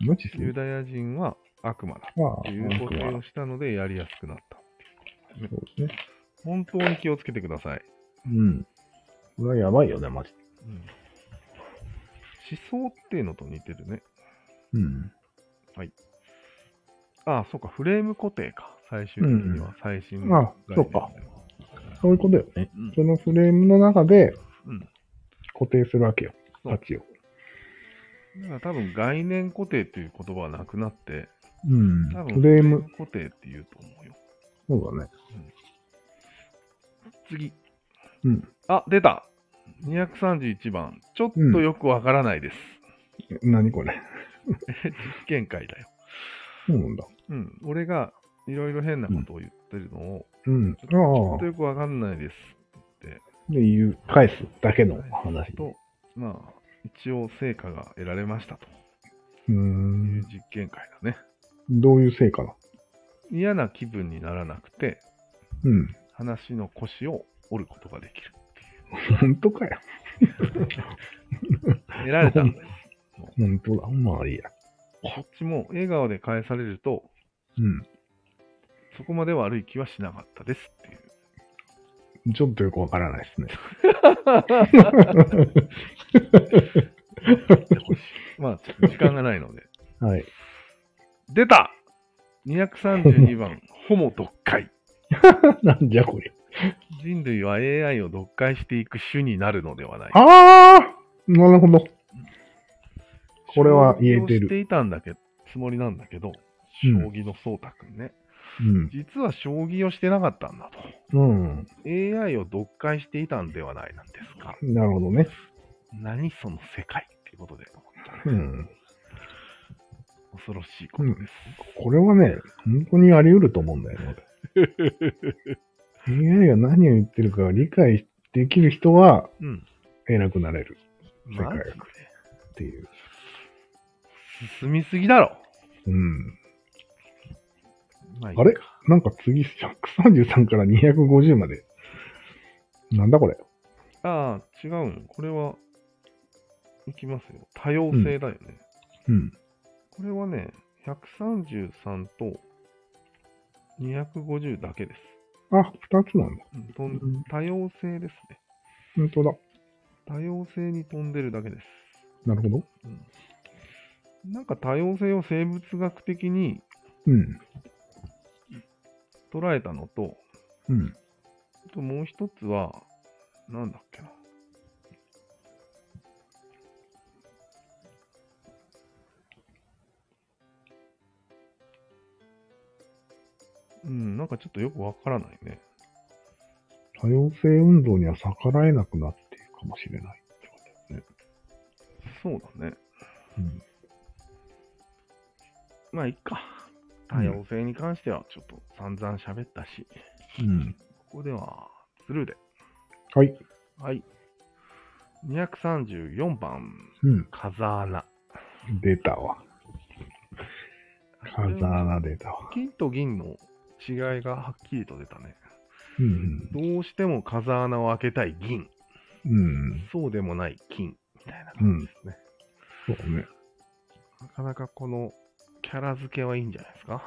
S2: 無知す
S1: ユ
S2: る。
S1: ダヤ人は悪魔だ
S2: まあ、
S1: ってい
S2: 文
S1: う
S2: 句
S1: 固定
S2: は
S1: をしたのでやりやすくなった。
S2: そうですね。
S1: 本当に気をつけてください。
S2: うん。これはやばいよね、マジで。
S1: うん、思想っていうのと似てるね。
S2: うん。
S1: ああ、そうか、フレーム固定か。最終的には最新
S2: あ
S1: の、
S2: そうか。そういうことよね。
S1: うん
S2: そのフレームの中で
S1: うん。
S2: 固定するわけよ。
S1: そう
S2: 価値を。
S1: だから多分概念固定っていう言葉はなくなって、
S2: うん
S1: 多分
S2: フレーム。
S1: 固定っていうと思うよ。
S2: そうだね。
S1: 次。
S2: うん。
S1: あ、出た !231 番。ちょっとよくわからないです。
S2: 何これ。
S1: 実験会だよ。
S2: そうなんだ。
S1: うん。俺がいろいろ変なことを言ってるのを、
S2: うん。
S1: ちょっ
S2: あ
S1: とよくわかんないです。
S2: あ。で、言う、返すだけの話。う
S1: と、まあ、一応成果が得られました
S2: ー。
S1: というん実験会だね。
S2: どういう成果だ
S1: 嫌な気分にならなくて、
S2: うん。
S1: 話の腰を折ることができる。
S2: 本当かよ。
S1: 得られたんです。
S2: 本当だ。まあいいや。
S1: こっちも笑顔で返されると、
S2: う
S1: そこまで悪い気はしなかったですっていう。
S2: ん。ちょっとよくわからない ですね。
S1: まあ、ちょっと時間がないので。
S2: はい。
S1: 出た !232 番、ホモ読解。
S2: なんじゃこれ。
S1: 人類は AI を読解していく種になるのではない。
S2: ああなるほど。これは言えてる
S1: 将棋をしていたんだけつもりなんだけど、
S2: う
S1: 将
S2: ん
S1: 棋の颯太くんね、
S2: うん。
S1: 実は将棋をしてなかったんだと。
S2: うん。
S1: AI を読解していたんではないなんですか。
S2: なるほどね。
S1: 何その世界っていうことで思った
S2: う
S1: ね、
S2: ん。
S1: 恐ろしいことです。
S2: これはね、本当にあり得ると思うんだよね。AI が何を言ってるか理解できる人は
S1: うん。
S2: 偉くなれる世
S1: マ
S2: 界
S1: ジで
S2: っていう。
S1: 進みすぎだろ。
S2: うん。
S1: まあいい
S2: あれなんか次133から250まで。なんだこれ。
S1: ああ、違うん。これは、いきますよ。多様性だよね。
S2: うん。
S1: これはね、133と250だけです。
S2: あ、二つなんだ。
S1: うんとん
S2: うん
S1: 多様性ですね。
S2: 本当だ。
S1: 多様性に飛んでるだけです。
S2: なるほど。
S1: なんか多様性を生物学的に
S2: うん。
S1: 捉えたのと、
S2: うん。
S1: あともう一つは、なんだっけな。うん、なんかちょっとよくわからないね。
S2: 多様性運動には逆らえなくなっているかもしれないってこ
S1: そうだね。
S2: と。うん。
S1: まあ、いっか。
S2: うん
S1: 多様性に関してはちょっと散々喋ったし、
S2: うん。
S1: ここではスルーで。
S2: はい。
S1: はい。234番、
S2: うん。
S1: 風穴。
S2: 出たわ。風穴出たわ。
S1: 金と銀の違いがはっきりと出たね。
S2: うん
S1: どうしても風穴を開けたい銀、
S2: うん。うん。
S1: そうでもない金みたいな感じですね。
S2: そうね。
S1: なかなかこのキャラ付けはいいんじゃないですか。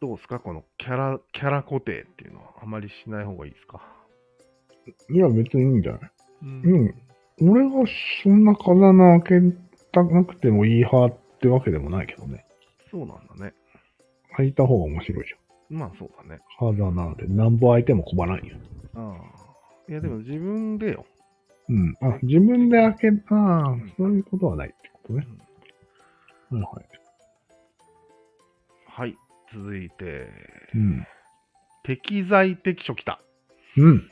S1: どうですかこのキャラ、キャラ固定っていうのはあまりしない方がいいですか。
S2: いや、別にいいんじゃない
S1: うん
S2: うん俺がそんな刀開けたなくてもいい派ってわけでもないけどね。
S1: そうなんだね。
S2: 開いた方が面白いじ
S1: まあそうだね。
S2: ゃん。肌なんてなんぼ開いても困らんよ。
S1: ああ。いやでも自分でよ。
S2: うん。あ、自分で開けた、そういうことはないってことね。はいはい。
S1: はい。続いて、
S2: うん。
S1: 適材適所来た。
S2: うん。
S1: こ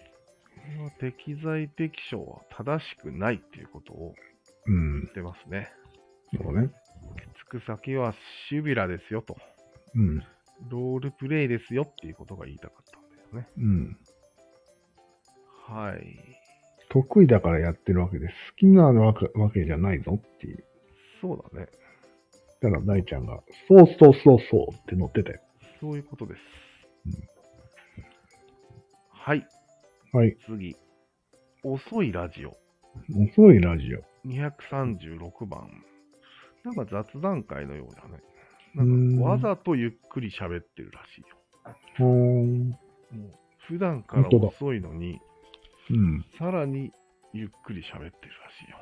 S1: れは適材適所は正しくないっていうことを
S2: うん
S1: 言っ。てますね。
S2: そうね。
S1: つく先はシュビラですよと。
S2: うん。
S1: ロールプレイですよっていうことが言いたかったんだよね。
S2: うん。
S1: はい。
S2: 得意だからやってるわけで、好きなわけわけじゃないぞっていう。
S1: そうだね。
S2: たら大ちゃんが、そうそうそうそうって乗ってたよ。
S1: そういうことです
S2: うん。
S1: はい。
S2: はい。
S1: 次。遅いラジオ。
S2: 遅いラジオ。
S1: 236番。なんか雑談会のようだね。
S2: う
S1: な
S2: ー
S1: ん
S2: ん
S1: かわざとゆっくり喋ってるらしいよ。
S2: うん。
S1: もう普段から
S2: 本当だ
S1: 遅いのに、
S2: うん。
S1: さらにゆっくり喋ってるらしいよ。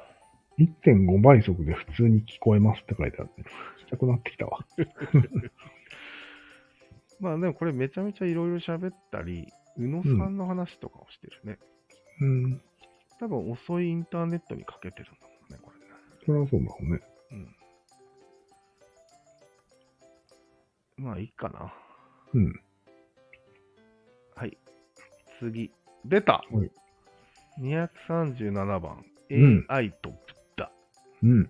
S2: 1.5倍速で普通に聞こえますって書いてあるね。したくなってきたわ。
S1: まあでもこれめちゃめちゃいろいろ喋ったり、宇野さんの話とかをしてるね。
S2: うん。
S1: 多分遅いインターネットにかけてるんだもんね、これね。
S2: そりゃそうだもんね。
S1: うん。まあいいかな。
S2: うん。
S1: はい。次。出た、
S2: はい
S1: !237 番。
S2: うん
S1: AI とブッダ。
S2: うん。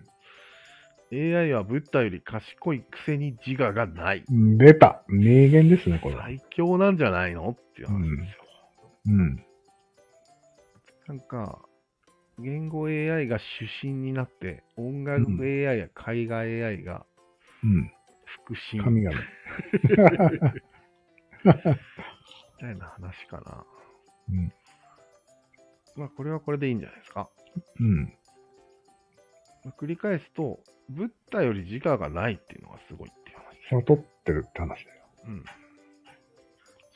S1: AI はブッダより賢いくせに自我がない。
S2: うん出た名言ですね、これは。
S1: 最強なんじゃないのっていう話ですよ。
S2: うん。
S1: なんか、言語 AI が主審になって、音楽
S2: うん
S1: AI や海外 AI が
S2: うん。
S1: 腹心み
S2: 神々。
S1: たいな話かな。
S2: うん。
S1: まあ、これはこれでいいんじゃないですか。
S2: うん。
S1: まあ繰り返すと、ブッダより自我がないっていうのがすごいっていう話。
S2: 悟ってるって話だよ。
S1: うん。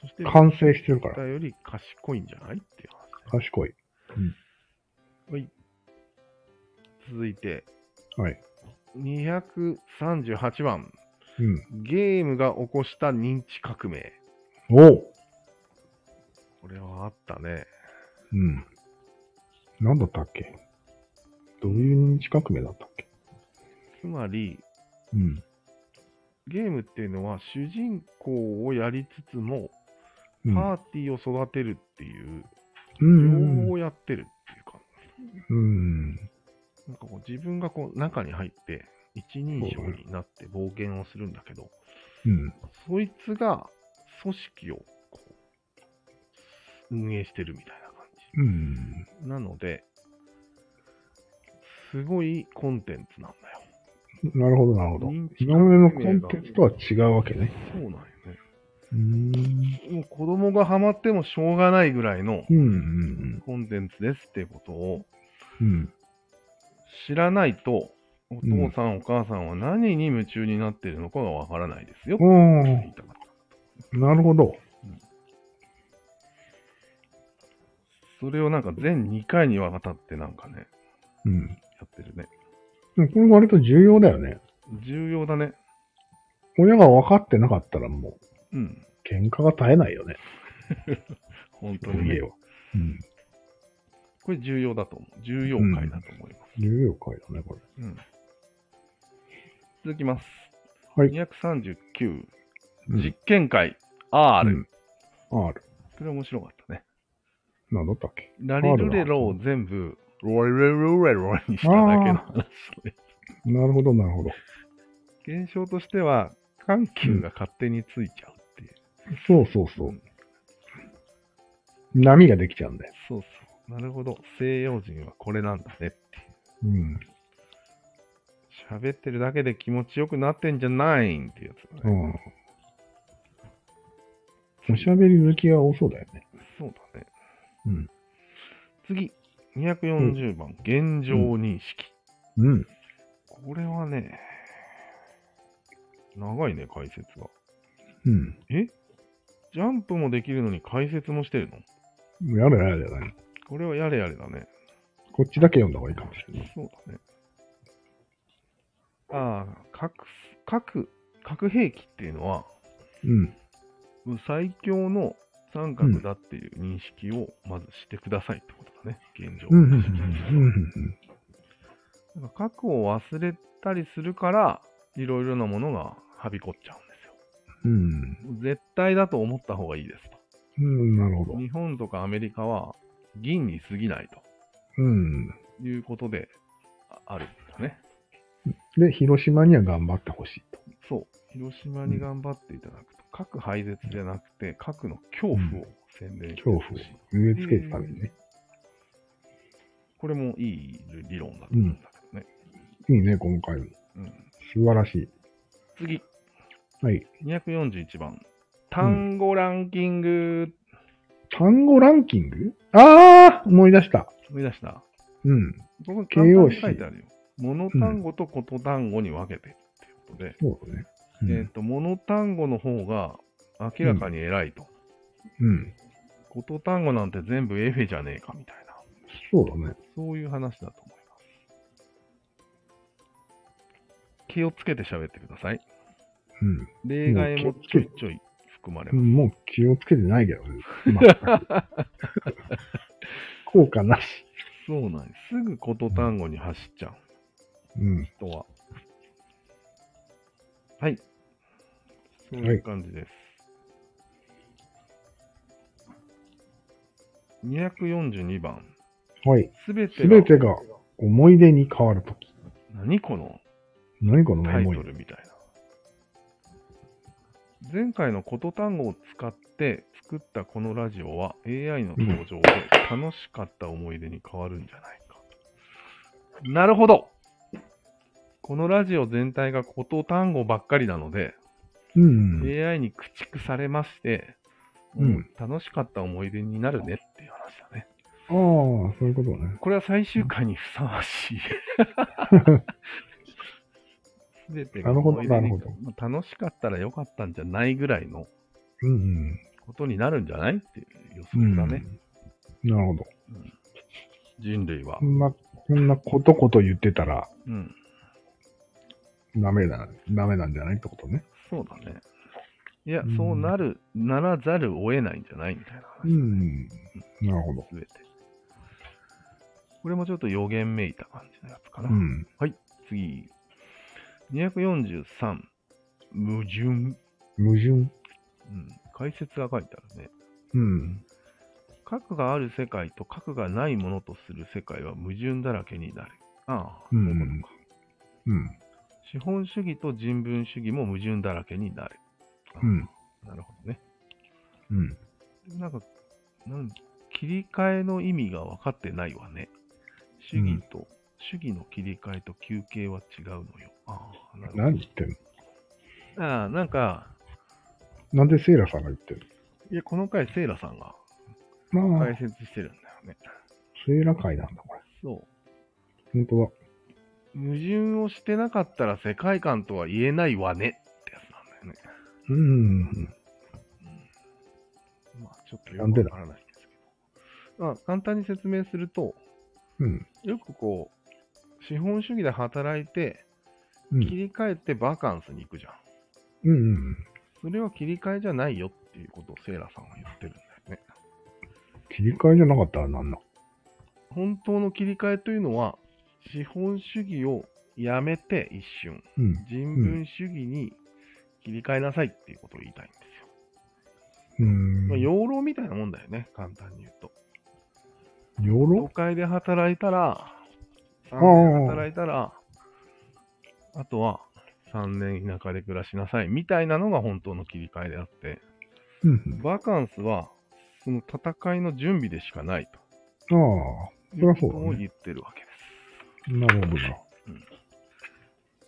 S1: そして、
S2: 完成してるか
S1: ブッダ
S2: ら。
S1: より賢いんじゃないっていう話、ね。
S2: 賢い。
S1: はい。続いて、
S2: はい。
S1: 238番。
S2: うん。
S1: ゲームが起こした認知革命。
S2: おう
S1: これはあったね。
S2: うん。なんだったっけどういう認知革命だったっけ
S1: つまり、
S2: うん。
S1: ゲームっていうのは主人公をやりつつも、
S2: うん。
S1: パーティーを育てるっていう、
S2: うん
S1: 両方やってるっていうか、
S2: う
S1: な
S2: ん。
S1: んかこう自分がこう中に入って、一人称になって冒険をするんだけど、
S2: うん。
S1: そいつが組織をこう運営してるみたいな感
S2: うん。
S1: じ。なので、すごいコンテンツなんだよ。
S2: なるほど、なるほど。
S1: 認知
S2: 今までのコンテンツとは違うわけね。
S1: そうなんよね。
S2: うーん。
S1: もう子供がハマってもしょうがないぐらいの
S2: うんうん
S1: コンテンツですってことを
S2: うん。うん。
S1: 知らないと、お
S2: ん
S1: 父さんお母さんは何に夢中になってるのかがわからないですよ。
S2: お
S1: 言いたかった
S2: ー、なるほど。
S1: それをなんか全2回にわたってなんかね、
S2: うん。
S1: やってるね。
S2: でもこれ割と重要だよね。
S1: 重要だね。
S2: 親が分かってなかったらもう、
S1: うん。
S2: 喧嘩が絶えないよね。
S1: 本当に、
S2: 家
S1: ね。
S2: は。うん。
S1: これ重要だと思う。重要回だと思います。
S2: 重要会だね、これ。
S1: うん。続きます。
S2: はい
S1: 239、
S2: うん
S1: 実験会 R。
S2: うん。R。
S1: これ面白かったね。
S2: なんだったっけ
S1: ラリルレロを全部、ロレルレロにしただけの話だね。
S2: なるほど、なるほど。
S1: 現象としては、緩急が勝手についちゃうっていう。
S2: そうそうそう。波ができちゃうんだよ。
S1: そうそう。なるほど。西洋人はこれなんだねっていう。
S2: うん。
S1: 喋ってるだけで気持ちよくなってんじゃないんっていうやつだ
S2: う
S1: ね。
S2: ん。おしゃべり好きが多そうだよね。
S1: そうだね。
S2: うん。
S1: 次、240番、現状認識。
S2: うん。
S1: これはね、長いね、解説が。
S2: うん。
S1: ジャンプもできるのに解説もしてるの
S2: もうやれやれやれ。
S1: これはやれやれだね。
S2: こっちだけ読んだ方がいいかもしれない。
S1: そうだね。ああ、核、核、核兵器っていうのは、
S2: うん。
S1: もう最強の三角だっていう認識をまずしてくださいってことだね、現状。
S2: うんうんうん
S1: なんか核を忘れたりするから、いろいろなものがはびこっちゃうんですよ。
S2: うんうん
S1: 絶対だと思った方がいいです
S2: うん。うん、なるほ
S1: と。
S2: ど。
S1: 日本とかアメリカは銀に過ぎない
S2: うん。
S1: ということでああるんだね。
S2: で、広島には頑張ってほしいと。
S1: そう。広島に頑張っていただくと、核廃絶じゃなくて、核の恐怖を宣伝して
S2: 恐怖を
S1: ほしい。
S2: 植え付けるためにね。
S1: これもいい理論だと思うんだけどね。
S2: いいね、今回も。
S1: うん
S2: 素晴らしい。
S1: 次、
S2: はい。
S1: 241番。単語ランキング、
S2: 単語ランキングあー思い出した。
S1: 思い出した。
S2: うん。
S1: ここ
S2: 形容詞
S1: 書いてあるよ。物単語とこと単語に分けてっていうことで、
S2: そうだね。
S1: えっ、と、物単語の方が明らかに偉いと。
S2: うん。うん。
S1: こと単語なんて全部エフェじゃねえかみたいな。
S2: そうだね。
S1: そういう話だと思います。気をつけて喋ってください。例外もちょいちょい含まれ
S2: う
S1: ます。
S2: ん。もう気をつけてないけどね。全く効果なし。
S1: そうなんです。すぐこと単語に走っちゃう、
S2: うん。
S1: 人は。はい。そういう感じです。242番。
S2: はい。
S1: すべて
S2: す
S1: が
S2: べてが思い出に変わるとき。
S1: 何この
S2: 何この
S1: タ
S2: メ
S1: イ
S2: モ
S1: ト
S2: リ
S1: ルみたいな。前回のこと単語を使って作ったこのラジオは AI の登場で楽しかった思い出に変わるんじゃないか。なるほどこのラジオ全体がこと単語ばっかりなので、
S2: うん。
S1: AI に駆逐されまして、
S2: うん
S1: 楽しかった思い出になるねっていう話だね。
S2: ああ、そういうことね。
S1: これは最終回にふさわし い。すべてが思い出
S2: なる
S1: に
S2: ほどなる
S1: まあ楽しかったらよかったんじゃないぐらいの
S2: うんうん。
S1: ことになるんじゃないっていう予
S2: うん
S1: 測だね、。
S2: なるほど。
S1: 人類は
S2: こ。んな、こんなことこと言ってたら、
S1: うん、
S2: ダメだ、ダメなんじゃないってことね。
S1: そうだね。いや、
S2: うん
S1: そうなる、ならざるを得ないんじゃないみたいな話、
S2: ん。なるほど。
S1: すべて。これもちょっと予言めいた感じのやつか
S2: う
S1: な。
S2: ん。
S1: 次。243。矛盾、うん。
S2: 矛盾。
S1: 解説が書いてあるね。
S2: うん。
S1: 核がある世界と核がないものとする世界は矛盾だらけになる。ああ、
S2: うん
S1: そういうことか。
S2: うん。
S1: 資本主義と人文主義も矛盾だらけになる。ああ
S2: うん。
S1: なるほどね。
S2: うん。
S1: なんか、なん切り替えの意味が分かってないわね。主義と、主義の切り替えと休憩は違うのよ。ああ、なるほど。
S2: 何言ってんの
S1: ああ、なんか、
S2: なんでセイラさんが言ってる
S1: いや、この回、セイラさんが
S2: のまあ
S1: 解、説してるんだよね。
S2: セイラ会なんだ、これ。
S1: そう。
S2: 本当だ。
S1: 矛盾をしてなかったら世界観とは言えないわねってやつなんだよね。
S2: うん。
S1: まあ、ちょっとよくわからないですけど。まあ、簡単に説明すると、
S2: うん。
S1: よくこう、資本主義で働いて、
S2: う
S1: 切
S2: ん。
S1: り替えてバカンスに行くじゃん。
S2: うん。
S1: それは切り替えじゃないよっていうことをセイラさんは言ってるんだよね。
S2: 切り替えじゃなかったらなんだ
S1: 本当の切り替えというのは、資本主義をやめて一瞬、
S2: うん。
S1: 人文主義に切り替えなさいっていうことを言いたいんですよ。
S2: うん。
S1: まあ、
S2: 養
S1: 養老みたいなもんだよね、簡単に言うと。都
S2: 老
S1: 会で働いたら、3
S2: ー
S1: 年働いたら、あとは3年田舎で暮らしなさいみたいなのが本当の切り替えであって、
S2: うん。
S1: バカンスはその戦いの準備でしかない
S2: ああ、
S1: と
S2: そり
S1: い
S2: ゃ
S1: うこ
S2: そう
S1: と
S2: だね
S1: を言ってるわけで
S2: なるほどな。
S1: す。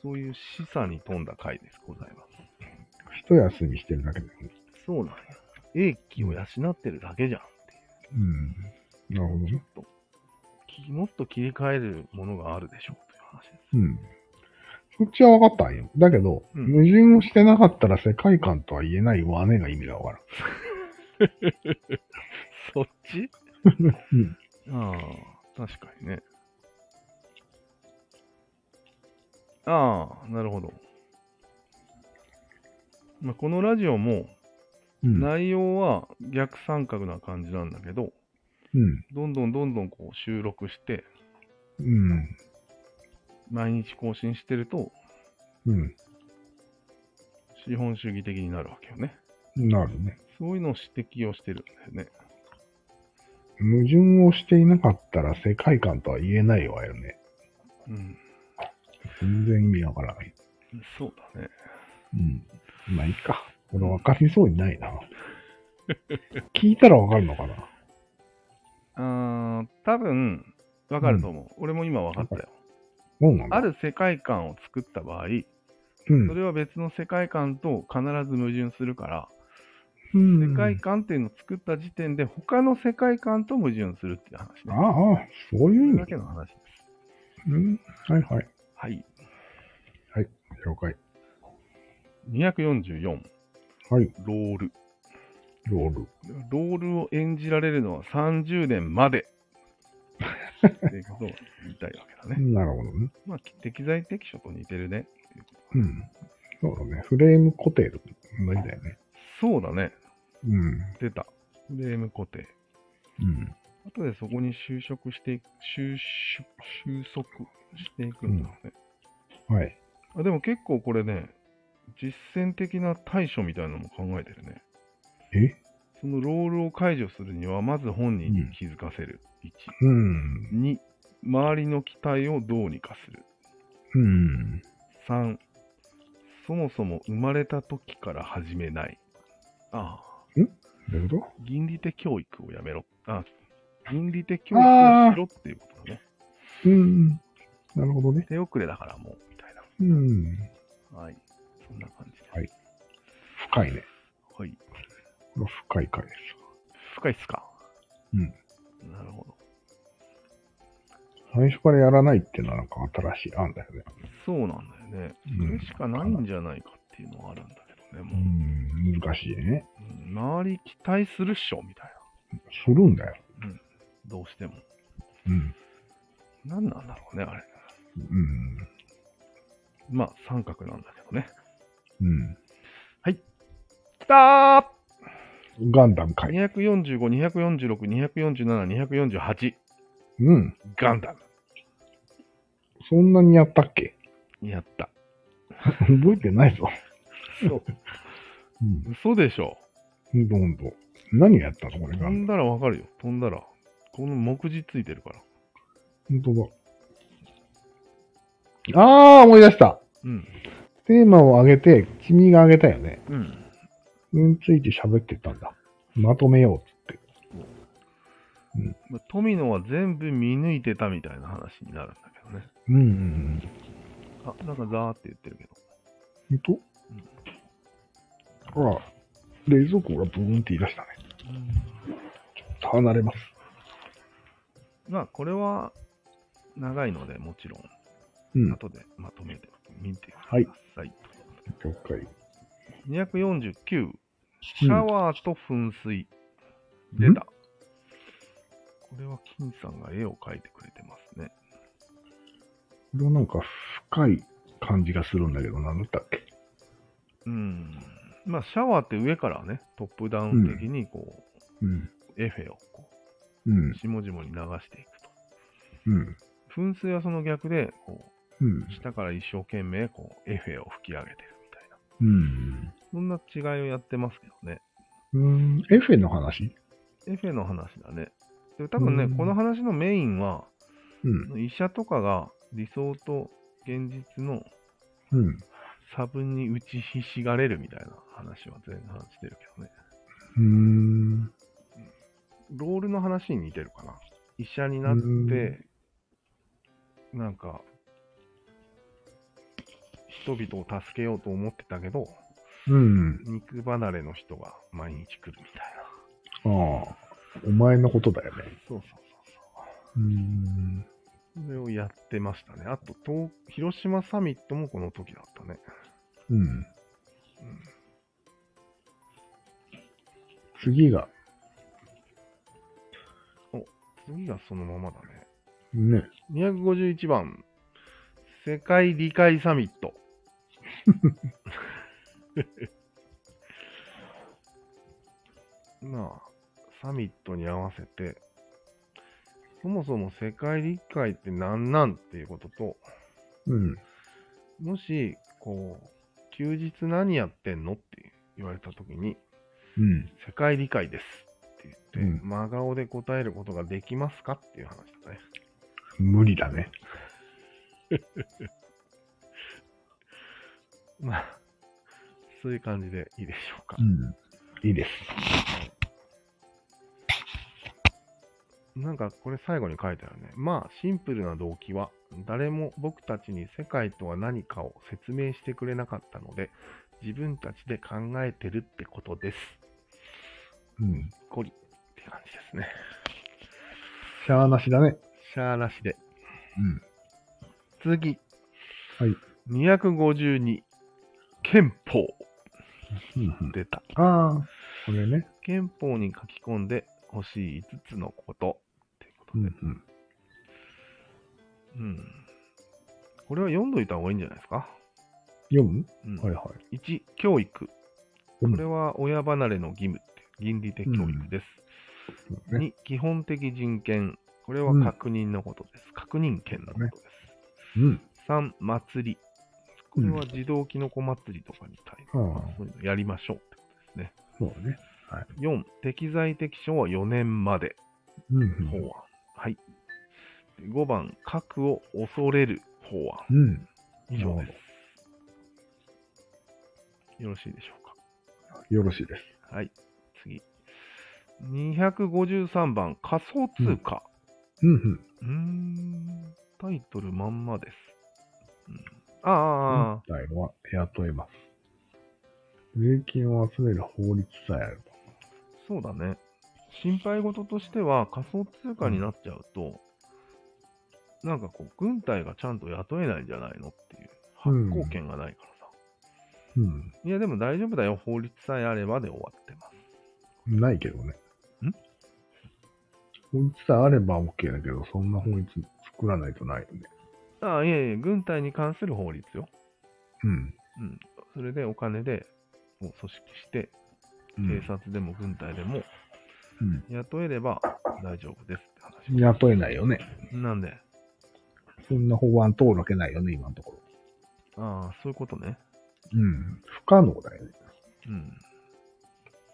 S1: そういう示唆に富んだ回です、ございます。
S2: 一休みしてるだけだよね。
S1: そうなんや。英気を養ってるだけじゃんっていう。
S2: うん。なるほどね。
S1: ちょっときもっと切り替えるものがあるでしょうという話です。
S2: うん。そっちは分かったんよ。だけど、
S1: うん
S2: 矛盾をしてなかったら世界観とは言えないわねが意味が分からん。
S1: そっち
S2: うん
S1: ああ、確かにね。ああ、なるほど。まあ、このラジオも
S2: うん。
S1: 内容は逆三角な感じなんだけど、
S2: うん。
S1: どんどんどんどんこう収録して、
S2: うん。
S1: 毎日更新してると、
S2: うん。
S1: 資本主義的になるわけよね。
S2: なるね。
S1: そういうのを指摘をしてるんだよね。
S2: 矛盾をしていなかったら世界観とは言えないわよね。
S1: うん。
S2: 全然意味わからない。
S1: そうだね。
S2: うん。まあいいか。これ分かりそうにない な。聞いたら分かるのかな
S1: あー多分わかると思う。俺も今わかったよ。
S2: そうなんだ。
S1: ある世界観を作った場合、
S2: う
S1: そ
S2: ん。
S1: れは別の世界観と必ず矛盾するから、
S2: うん
S1: 世界観っていうのを作った時点で他の世界観と矛盾するっていう話
S2: あ
S1: ね。
S2: あ、そうい
S1: そ
S2: う意
S1: れ
S2: 味
S1: だ。けの話です。
S2: うん。はいはい。
S1: はい。
S2: 了解。
S1: 244、
S2: はい。
S1: ロール。
S2: ロール。
S1: ロールを演じられるのは30年ま で。っていうことを言いたいわけだね。
S2: なるほどね。
S1: まあ、適材適所と似てるね。
S2: うん。そうだね。フレーム固定と同じだよね。
S1: そうだね。
S2: うん。
S1: 出た。フレーム固定。
S2: うん。
S1: 後でそこに就職していく、就職、収束していくんだろうね。
S2: はい。
S1: あでも結構これね、実践的な対処みたいなのも考えてるね。
S2: え
S1: そのロールを解除するには、まず本人に気づかせる。
S2: うん。
S1: 1。2、周りの期待をどうにかする。
S2: うん。
S1: 3、そもそも生まれた時から始めない。ああ、
S2: どういうこ
S1: 倫理的教育をやめろ。あ倫理的教育をしろっていうことだね。
S2: とうん。なるほどね。
S1: 手遅れだからもう、みたい
S2: うん。
S1: な。はい。そんな感じです。
S2: はい深いね。
S1: はい。
S2: これは深い回です。
S1: 深いっすか
S2: うん。
S1: なるほど。
S2: 最初からやらないっていうのはなんか新しい案だよね。
S1: そうなんだよね。
S2: う
S1: そ
S2: ん
S1: れしかないんじゃないかっていうのはあるんだけどね、も
S2: う
S1: う。
S2: ん。難しいね。
S1: うん周り期待するっしょ、みたい
S2: するんだよ。
S1: な。どうしても。
S2: うん。
S1: 何なんだろうね、あれ。
S2: うん。
S1: まあ、三角なんだけどね。
S2: うん。
S1: きたー
S2: ガンダム回。
S1: !245、246、247、248。
S2: うん。
S1: ガンダム。
S2: そんなにやったっけ
S1: やった。
S2: 覚えてないぞ。
S1: そう。
S2: うん。
S1: 嘘でしょ。
S2: ほんとほんと。何やったのこれ
S1: 飛
S2: ガン
S1: んだらわかるよ。飛んだら。この目次ついてるから。
S2: ダム。ほんとだ。あー、思い出した。
S1: うん。
S2: テーマを上げて、君が上げたよね。
S1: うん。
S2: うんついて喋ってたんだ。まとめようっつって。
S1: まあ富野は全部見抜いてたみたいな話になるんだけどね。
S2: うんうん
S1: あ、なんかザーって言ってるけど。
S2: うん。ほんとほら、冷蔵庫がブーンって言い出したね。ちょっと離れます。
S1: まあ、これは長いので、もちろん、
S2: うん。
S1: 後でまとめて見てくださ
S2: はいい。了解。
S1: 249、シャワーと噴水。出
S2: ん
S1: た。これは金さんが絵を描いてくれてますね。
S2: これはなんか深い感じがするんだけど、なんだったっけ
S1: うん。まあ、シャワーって上からね、トップダウン的にこ
S2: うん。
S1: う、エフェをこ
S2: うん
S1: う。下々に流していくと。
S2: うん。
S1: 噴水はその逆で、こ
S2: うん
S1: う、下から一生懸命、こう、エフェを吹き上げてるみたいな。
S2: うん。
S1: そんな違いをやってますけどね。
S2: うん。エフェの話
S1: エフェの話だね。で多分ね、
S2: うん
S1: この話のメインは、
S2: うん。
S1: 医者とかが理想と現実の
S2: うん。
S1: 差分に打ちひしがれるみたいな話は前半してるけどね。
S2: うん。
S1: ロールの話に似てるかな。医者になっ
S2: うん
S1: て、なんか、人々を助けようと思ってたけど、
S2: うん。
S1: 肉離れの人が毎日来るみたい
S2: ああ。お前のことだよね
S1: な。。そうそうそうそう。
S2: うん。
S1: それをやってましたね。あと、東広島サミットもこの時だったね。
S2: うん。次が、
S1: 次がそのままだね。
S2: ね。
S1: 251番、世界理解サミット。 まあ、サミットに合わせて、そもそも世界理解って何なんっていうことと、
S2: うん。
S1: もし、こう、休日何やってんのって言われたときに、
S2: うん。
S1: 世界理解ですって言って、
S2: う
S1: 真顔で答えることができますかっていう話だね。
S2: 無理だね。
S1: まあ、そういう感じでいいでしょうか。
S2: ん。いいです。
S1: なんかこれ最後に書いてあるね。まあ、シンプルな動機は、誰も僕たちに世界とは何かを説明してくれなかったので、自分たちで考えてるってことです。
S2: うん。
S1: ゴリって感じですね。
S2: しゃあなしだね。
S1: シャーなしで。
S2: うん。
S1: 次。
S2: はい。
S1: 252。憲法。
S2: うん、
S1: 出た。
S2: ああ、これね。
S1: 憲法に書き込んでほしい5つのこと。っていうこと
S2: う
S1: で。
S2: ん。
S1: うん。これは読んどいた方がいいんじゃないですか。
S2: 読む
S1: うん
S2: はいは
S1: 1、教育。
S2: い。
S1: これは親離れの義務って、倫理的教育です。
S2: うんね
S1: 2、基本的人権。これは確認のことです。確認権のことです。
S2: うん。
S1: 3、祭り。これは児童キノコ祭りとかみたいな、
S2: うん
S1: そういうのやりましょうってことですね。
S2: そうね。
S1: 4、適材適所は4年まで。
S2: うん。
S1: 法案。はい。5番、核を恐れる法案。
S2: うん。
S1: 以上です。よろしいでしょうか。
S2: よろしいです。
S1: はい、次。253番、仮想通貨。
S2: うんうん。
S1: うーん、タイトルまんまです。うん、ああ、
S2: 本体は雇えます。税金を集める法律さえあれば。
S1: そうだね。心配事としては、仮想通貨になっちゃうと、なんかこう、軍隊がちゃんと雇えないんじゃないのっていう、発
S2: うん
S1: 行権がないからさ。
S2: うん。
S1: いや、でも大丈夫だよ。法律さえあればで終わってます。
S2: ないけどね。
S1: ん
S2: 法律さえあれば OK だけど、そんな法律作らないとないよね。
S1: ああ、いえいえ、軍隊に関する法律よ。
S2: うん。
S1: うん。それでお金で、もう組織して、
S2: うん
S1: 警察でも軍隊でも
S2: うん。
S1: 雇えれば大丈夫ですって話。
S2: 雇えないよね。
S1: なんで、
S2: そんな法案通るわけないよね、今のところ。
S1: ああ、そういうことね。
S2: うん。不可能だよね。
S1: うん。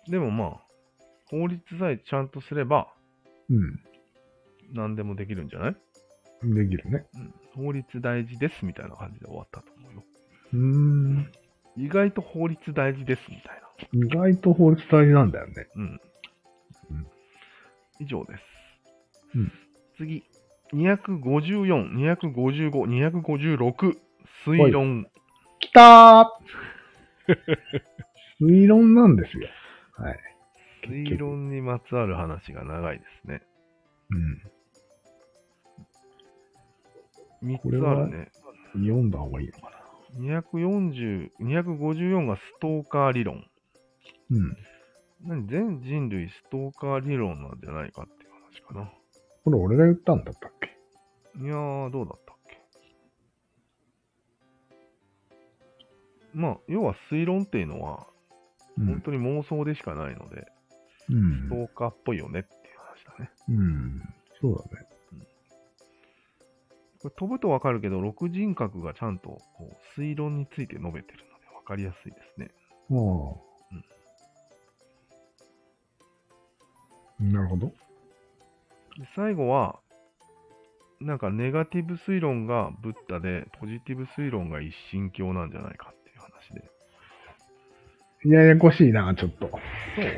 S1: でもまあ、法律さえちゃんとすれば何でもできるんじゃない、
S2: うん。できるね。
S1: うん、法律大事ですみたいな感じで終わったと思うよ。
S2: うーん。
S1: 意外と法律大事ですみたいな。
S2: 意外と法律大事なんだよね。
S1: うん
S2: うん。
S1: 以上です。
S2: うん
S1: 次、254、255、256、推論。
S2: きた ー推論なんですよ。はい。
S1: 推論にまつわる話が長いですね。
S2: うん。
S1: 3
S2: これ
S1: つあ
S2: は
S1: るね。
S2: 読んだ方がいいのかな。
S1: 240、254がストーカー理論。
S2: うん。
S1: 何全人類ストーカー理論なんじゃないかっていう話かな。
S2: これ俺が言ったんだったっけ
S1: いやー、どうだったっけまあ、要は推論っていうのは、
S2: う
S1: 本
S2: ん。
S1: 当に妄想でしかないので、
S2: う
S1: スト
S2: ん。
S1: ーカーっぽいよねっていう話だね。
S2: うん。そうだね。
S1: これ飛ぶとわかるけど、六人格がちゃんとこう推論について述べてるのでわかりやすいですね。
S2: ああ。なるほど。
S1: で最後は、なんかネガティブ推論がブッダで、ポジティブ推論が一神教なんじゃないかっていう話で。
S2: ややこしいな、ちょっと。
S1: めっ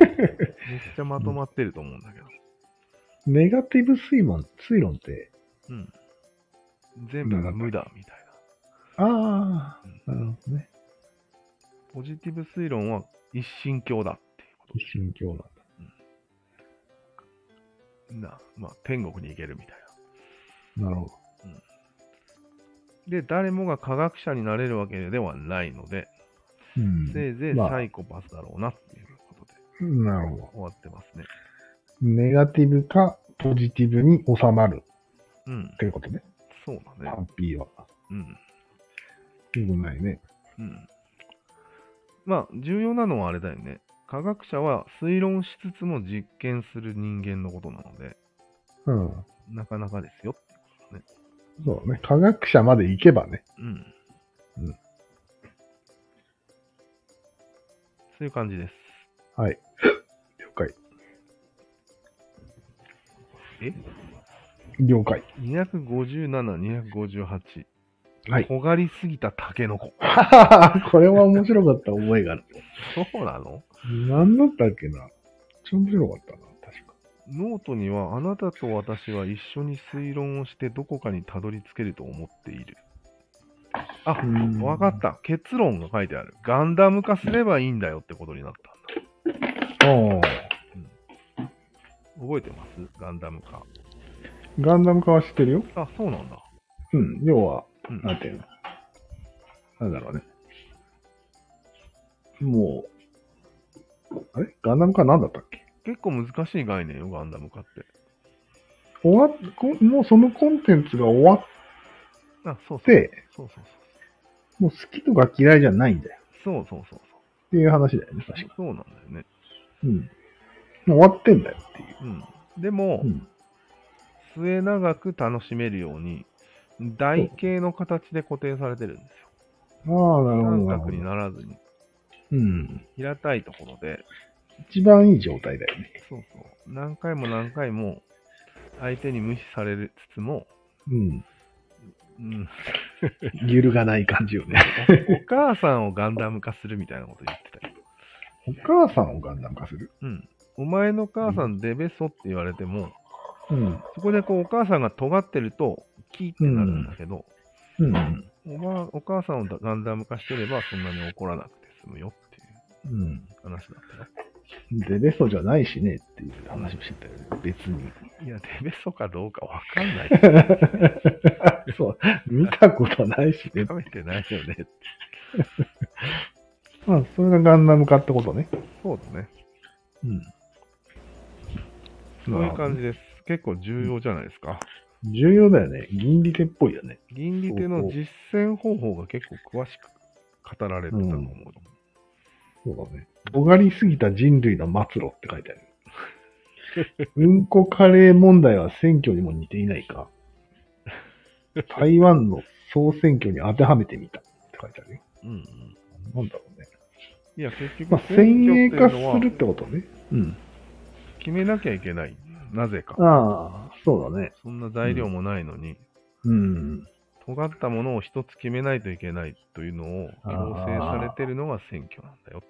S1: ちゃまとまってると思うんだけど。
S2: ネガティブ推論、推論って、
S1: うん。全部が無だみたいな。
S2: ああ、なるほどね。
S1: ポジティブ推論は一神教だっていうこと
S2: 一心教なんだ。
S1: な、まあ、天国に行けるみたい
S2: なるほど。
S1: な。うん。で、誰もが科学者になれるわけではないので、
S2: うん。
S1: せいぜい
S2: まあ
S1: サイコパスだろうなっていうことで
S2: なるほど。
S1: 終わってますね。
S2: ネガティブかポジティブに収まる
S1: うん
S2: っ。ていうことね。
S1: そうだ
S2: ハ
S1: ね。
S2: ッピーは。
S1: うん。
S2: よくないね。
S1: うん。まあ、重要なのはあれだよね。科学者は推論しつつも実験する人間のことなので、
S2: うん。
S1: なかなかですよ。
S2: そうね。科学者まで行けばね。
S1: うん。
S2: うん
S1: そういう感じです。
S2: はい。 了解。
S1: え
S2: 了解。
S1: ?257、258。
S2: はい。
S1: 尖りすぎたタケノコ。
S2: これは面白かった覚えがある。
S1: そうなの
S2: 何だったっけなちょっと面白かったな、確か。
S1: ノートにはあなたと私は一緒に推論をしてどこかにたどり着けると思っている。あ、
S2: うん
S1: わかった。結論が書いてある。ガンダム化すればいいんだよってことになったんだ。
S2: ああ。
S1: 覚えてますガンダム化。
S2: ガンダム化は知ってるよ。
S1: あ、そうなんだ。
S2: うん。要は、
S1: うん。
S2: なんていうの。なんだろうね。もう、あれガンダム化何だったっけ
S1: 結構難しい概念よ、ガンダム化って。
S2: 終わっこもうそのコンテンツが終わっ
S1: あ、そうそう。
S2: て、
S1: そうそう
S2: もう好きとか嫌いじゃないんだよ。
S1: そう。そうそうそう
S2: っていう話だよね、確
S1: そう
S2: か。。
S1: そうなんだよね。
S2: うん。もう終わってんだよっていう。
S1: うん。でも、
S2: うん。
S1: 末永く楽しめるように、台形の形で固定されてるんですよ。
S2: ああ、なるほど
S1: 三
S2: なるほ
S1: 角に
S2: ど。
S1: ならずに、
S2: うん。
S1: 平たいところで、
S2: 一番いい状態だよね。
S1: そうそう、何回も何回も相手に無視されるつつも、
S2: うん。
S1: うん、
S2: 揺るがない感じよね。
S1: お母さんをガンダム化するみたいなこと言ってたよ。
S2: お母さんをガンダム化する。
S1: うん。お前の母さんデベソって言われても、
S2: うん。
S1: そこでこうお母さんが尖ってると、キーってなるんだけど、
S2: うん。
S1: おばお母さんをガンダム化してればそんなに怒らなくて済むよっていう
S2: うん。
S1: 話だったよ。
S2: で、ベストじゃないしねっていう話をしてたよね。別に。
S1: いや、デベソかどうかわかんない。
S2: そう。見たことないしね。
S1: 食べてないよね。
S2: まあ、それがガンダム化ってことね。
S1: そうだね。
S2: うん。
S1: そういう感じです。結構重要じゃないですか。
S2: 重要だよね。銀利手っぽいよね。
S1: 銀利手の実践方法が結構詳しく語られてたと思う。
S2: そうだね。尖りすぎた人類の末路って書いてある。 うんこカレー問題は選挙にも似ていないか。台湾の総選挙に当てはめてみたって書いてあるよ。
S1: うん、うん。
S2: なんだろうね。
S1: いや、結局、
S2: まあ、先鋭
S1: 選挙
S2: 化
S1: っていうのは
S2: するってことね。うん。
S1: 決めなきゃいけない。なぜか。
S2: ああ、そうだね。
S1: そんな材料もないのに、
S2: うん。
S1: 尖ったものを一つ決めないといけないというのを強制されてるのが選挙なんだよ。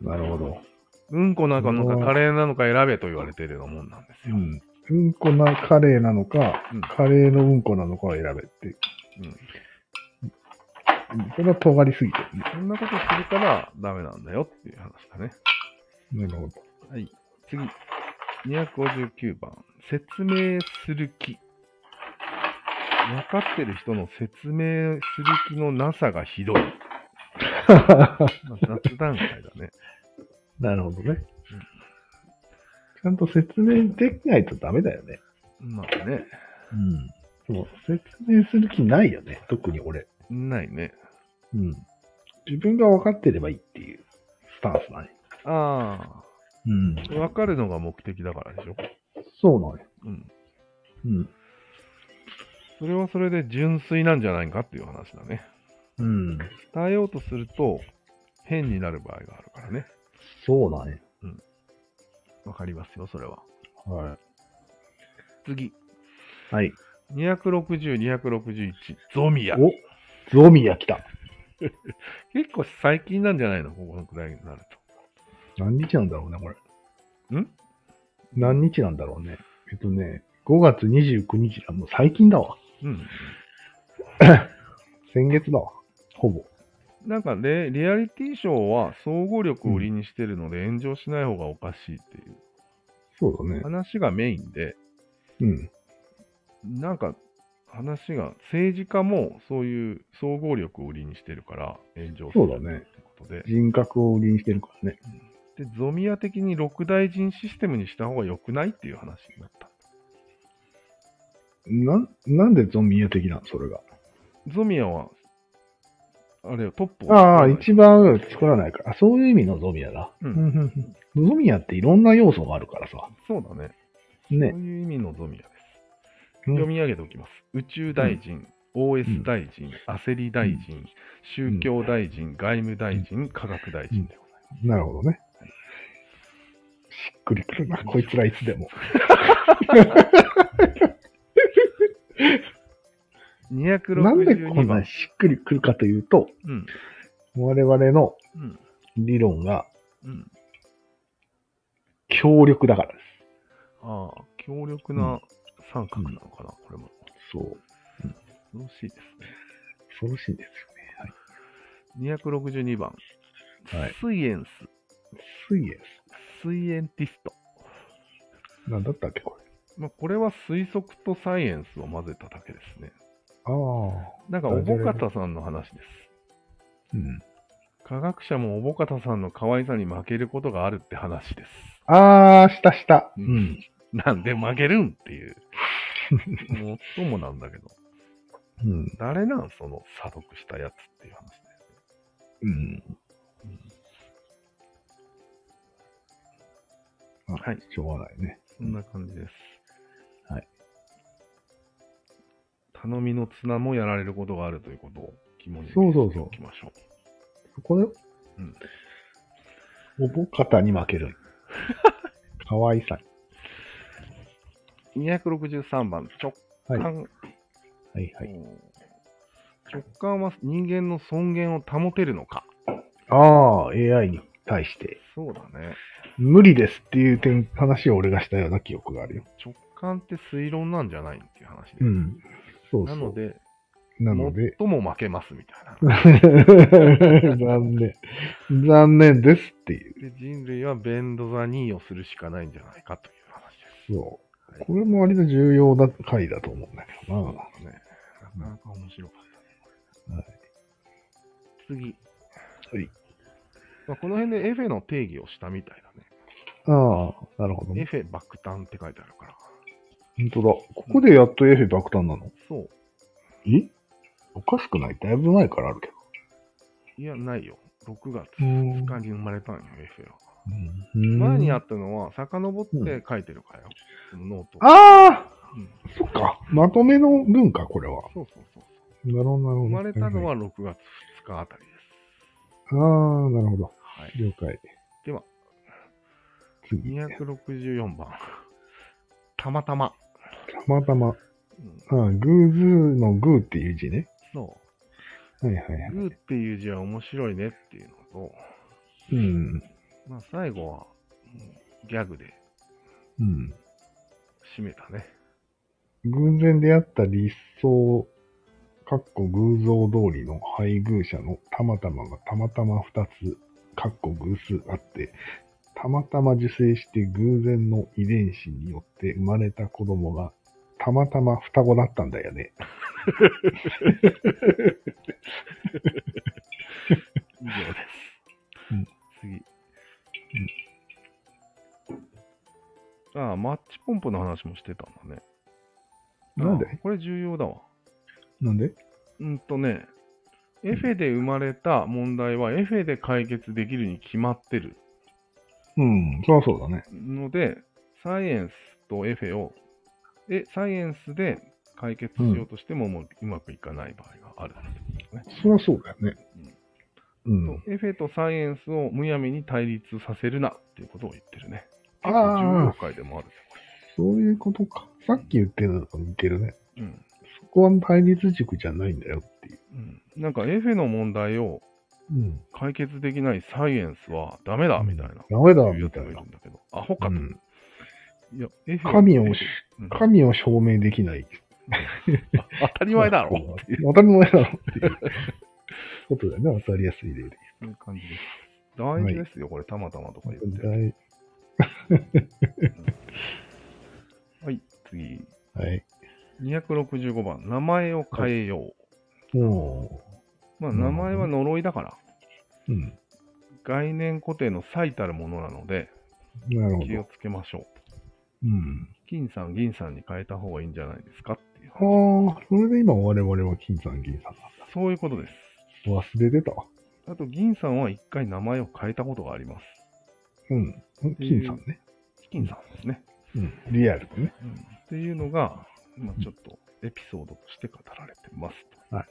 S2: なるほど。
S1: うんこなの
S2: う
S1: か
S2: わ
S1: カレーなのか選べと言われてるようなもんなんですよ。
S2: ん。うんこなカレーなのか、
S1: うん
S2: カレーのうんこなのかを選べって。
S1: うん
S2: うんそれは尖りすぎてるね。
S1: そんなことするからダメなんだよっていう話だね。
S2: なるほど。
S1: はい。次。259番。説明する気。分かってる人の説明する気のなさがひどい。まあ雑段階だね。
S2: なるほどね。ちゃんと説明できないとダメだよね。
S1: まあね。
S2: うん。そう。説明する気ないよね。特に俺。
S1: ないね。
S2: うん。自分が分かってればいいっていうスタンスだね。
S1: あ
S2: うん。
S1: あ。分かるのが目的だからでしょ。
S2: そうなのよ。
S1: うん。
S2: うん。
S1: それはそれで純粋なんじゃないかっていう話だね。
S2: うん。
S1: 伝えようとすると変になる場合があるからね。
S2: そうなんや。
S1: わかりますよ、それは。
S2: は
S1: 次。
S2: い。はい。
S1: 260、261。ゾミヤ。
S2: おゾミヤ来た。
S1: 結構最近なんじゃないのここのくらいになる
S2: 何日なんだろうね、これ。
S1: と。ん
S2: 何日なんだろうね。えっとね、5月29日だ。もう最近だ わ。
S1: うん。
S2: 先月だわ。ほぼ。
S1: なんかレ、リアリティショーは総合力を売りにしてるので炎上しない方がおかしいっていう
S2: そうだね。
S1: 話がメインで、
S2: うん。
S1: なんか話が、政治家もそういう総合力を売りにしてるから、炎上す
S2: そ
S1: る
S2: うだね
S1: ってことで、
S2: 人格を売りにしてるからね。
S1: で、ゾミア的に六大臣システムにした方が良くないっていう話になった。
S2: なん、なんでゾンビ屋的なのそれが。
S1: ゾミアは、あれよ、トップを
S2: ああ、一番作らないから。あそういう意味のゾミアだ。
S1: う
S2: うんんうんうんゾミアっていろんな要素があるからさ。
S1: そうだね。そ
S2: ね
S1: う。いう意味のゾミアです。
S2: うん
S1: 読み上げておきます。宇宙大臣、OS 大臣、焦り大臣、宗教大臣、外務大臣、科学大臣でございます。
S2: なるほどね。しっくりくるな。こいつらいつでも。
S1: 262
S2: なんでこんな
S1: 番
S2: に。しっくりくるかというと、
S1: うん。
S2: 我々の
S1: うん。
S2: 理論が
S1: うん。
S2: 強力だからで
S1: ああ、強力な三角なのかな、これも。
S2: す。そう。
S1: 恐ろしいです
S2: 恐ろしいんですよね。
S1: ね。262番。
S2: はい
S1: スイエンス、
S2: スイエ
S1: スイエンティスト。
S2: ス。なんだったっけ、これ。
S1: まあ、これは推測とサイエンスを混ぜただけですね。
S2: ああ。
S1: なんか、おぼかたさんの話です。
S2: うん。
S1: 科学者もおぼかたさんの可愛さに負けることがあるって話です。
S2: ああ、したした。
S1: う
S2: うんん。
S1: なんで負けるんって いう。もっともなんだけど。
S2: うん。
S1: 誰なんその査読したやつっていう話ね。
S2: うん。
S1: はい。
S2: しょうがないね。
S1: そんな感じです。
S2: はい。
S1: 頼みの綱もやられることがあるということを肝に
S2: そうそうそう
S1: おきましょう。
S2: そこで、
S1: うん
S2: おぼかたに負け る。かわいさ。
S1: 263番、直
S2: はい。は
S1: 感、
S2: いはい。
S1: 直感は人間の尊厳を保てるのか。
S2: ああ、AI に対して、
S1: そうだね。
S2: 無理ですっていう点、話を俺がしたような記憶があるよ。
S1: 直感って推論なんじゃないっていう話で。
S2: うん。そうそ
S1: な
S2: う。
S1: ので、
S2: なので、
S1: 最も負けますみたいな。
S2: 残念。残念ですってい
S1: で
S2: う。
S1: 人類はベンドザ2をするしかないんじゃないかという話です。
S2: そう。これも割と重要な回だと思うんだけどな。
S1: ね、なかなか面白かったね。
S2: はい
S1: 次。
S2: はい
S1: まあ、この辺でエフェの定義をしたみたいだね。
S2: ああ、なるほど
S1: エ
S2: ね。
S1: フェ爆誕って書いてあるから。
S2: 本当だ。ここでやっとエフェ爆誕なの
S1: そう。
S2: えおかしくないだいぶ前からあるけど。
S1: いや、ないよ。6月
S2: う
S1: 2
S2: ん
S1: 日に生まれたんよ、エフェは。
S2: うん
S1: 前にあったのは、遡って書いてるからよ。そのノート。
S2: ああ
S1: うん
S2: そっか。まとめの文化、これは。
S1: そうそうそうそう。
S2: なるほど、なるほど。
S1: 生まれたのは6月2日あたりです。
S2: ああ、なるほど。
S1: はい。
S2: 了解。
S1: では、
S2: 次。た
S1: 264番。たまたま。
S2: またま。
S1: うん
S2: ああ、偶数の偶っていう字ね。
S1: そ。
S2: はいはいうはい。
S1: グーっていう字は面白いねっていうのと、
S2: うん。
S1: まあ最後はうんギャグで
S2: うん。
S1: 締めたね。
S2: 偶然出会った理想、かっこ偶像通りの配偶者のたまたまがたまたま2つ、かっこ偶数あって、たまたま受精して偶然の遺伝子によって生まれた子供がたまたま双子だったんだよね。
S1: 以上です。
S2: うん
S1: 次。ああ、マッチポンプの話もしてたんだね。
S2: なんで
S1: ああこれ重要だわ。
S2: なんで
S1: うんとね、エフェで生まれた問題はエフェで解決できるに決まってる
S2: うん、そりゃそうだね。
S1: ので、サイエンスとエフェを、え、サイエンスで解決しようとしても、もううまくいかない場合があるってことね。
S2: そりゃそうだよね。うん。
S1: とエフェとサイエンスをむやみに対立させるなっていうことを言ってるね。
S2: あ
S1: 結
S2: ー
S1: 構重要会でもあるね
S2: そういうことか。さっき言ってるのと似てるね。
S1: これうん。
S2: そこは対立軸じゃないんだよっていう。
S1: うん。なんかエフェの問題を
S2: うん。
S1: 解決できないサイエンスはダメだみたいな。
S2: ダメだ、
S1: 言う
S2: み
S1: て
S2: たい
S1: もいる
S2: な。
S1: んだけど。アホかと。
S2: うん
S1: いや、エフェ
S2: 神を、
S1: うん
S2: 神を証明できない。
S1: 当たり前 だろっていう
S2: 当たり前だろっていうことだよね。わかりやすい例で。
S1: そういう感じです。大事ですよ、これ、たまたまとか言って。
S2: はい
S1: はい、次。
S2: はい。
S1: 265番、名前を変えよう。
S2: おお
S1: まあ、
S2: な
S1: 名
S2: るほど
S1: 前は呪いだから、
S2: ー。うん。
S1: 概念固定の最たるものなので、
S3: なるほ
S1: 気をつけましょう。
S2: うん。
S1: 金さん、銀さんに変えた方がいいんじゃないですかっていう。
S2: ああ、それで今我々は金さん銀さんな
S1: そういうことです。
S2: んだ。忘れてた。
S1: あと、銀さんは一回名前を変えたことがあります。
S2: うん。金さんね。
S1: 金さんですね。
S2: うん。リアルでね。
S1: うんっていうのが、まあ、ちょっとエピソードとして語られてます
S2: は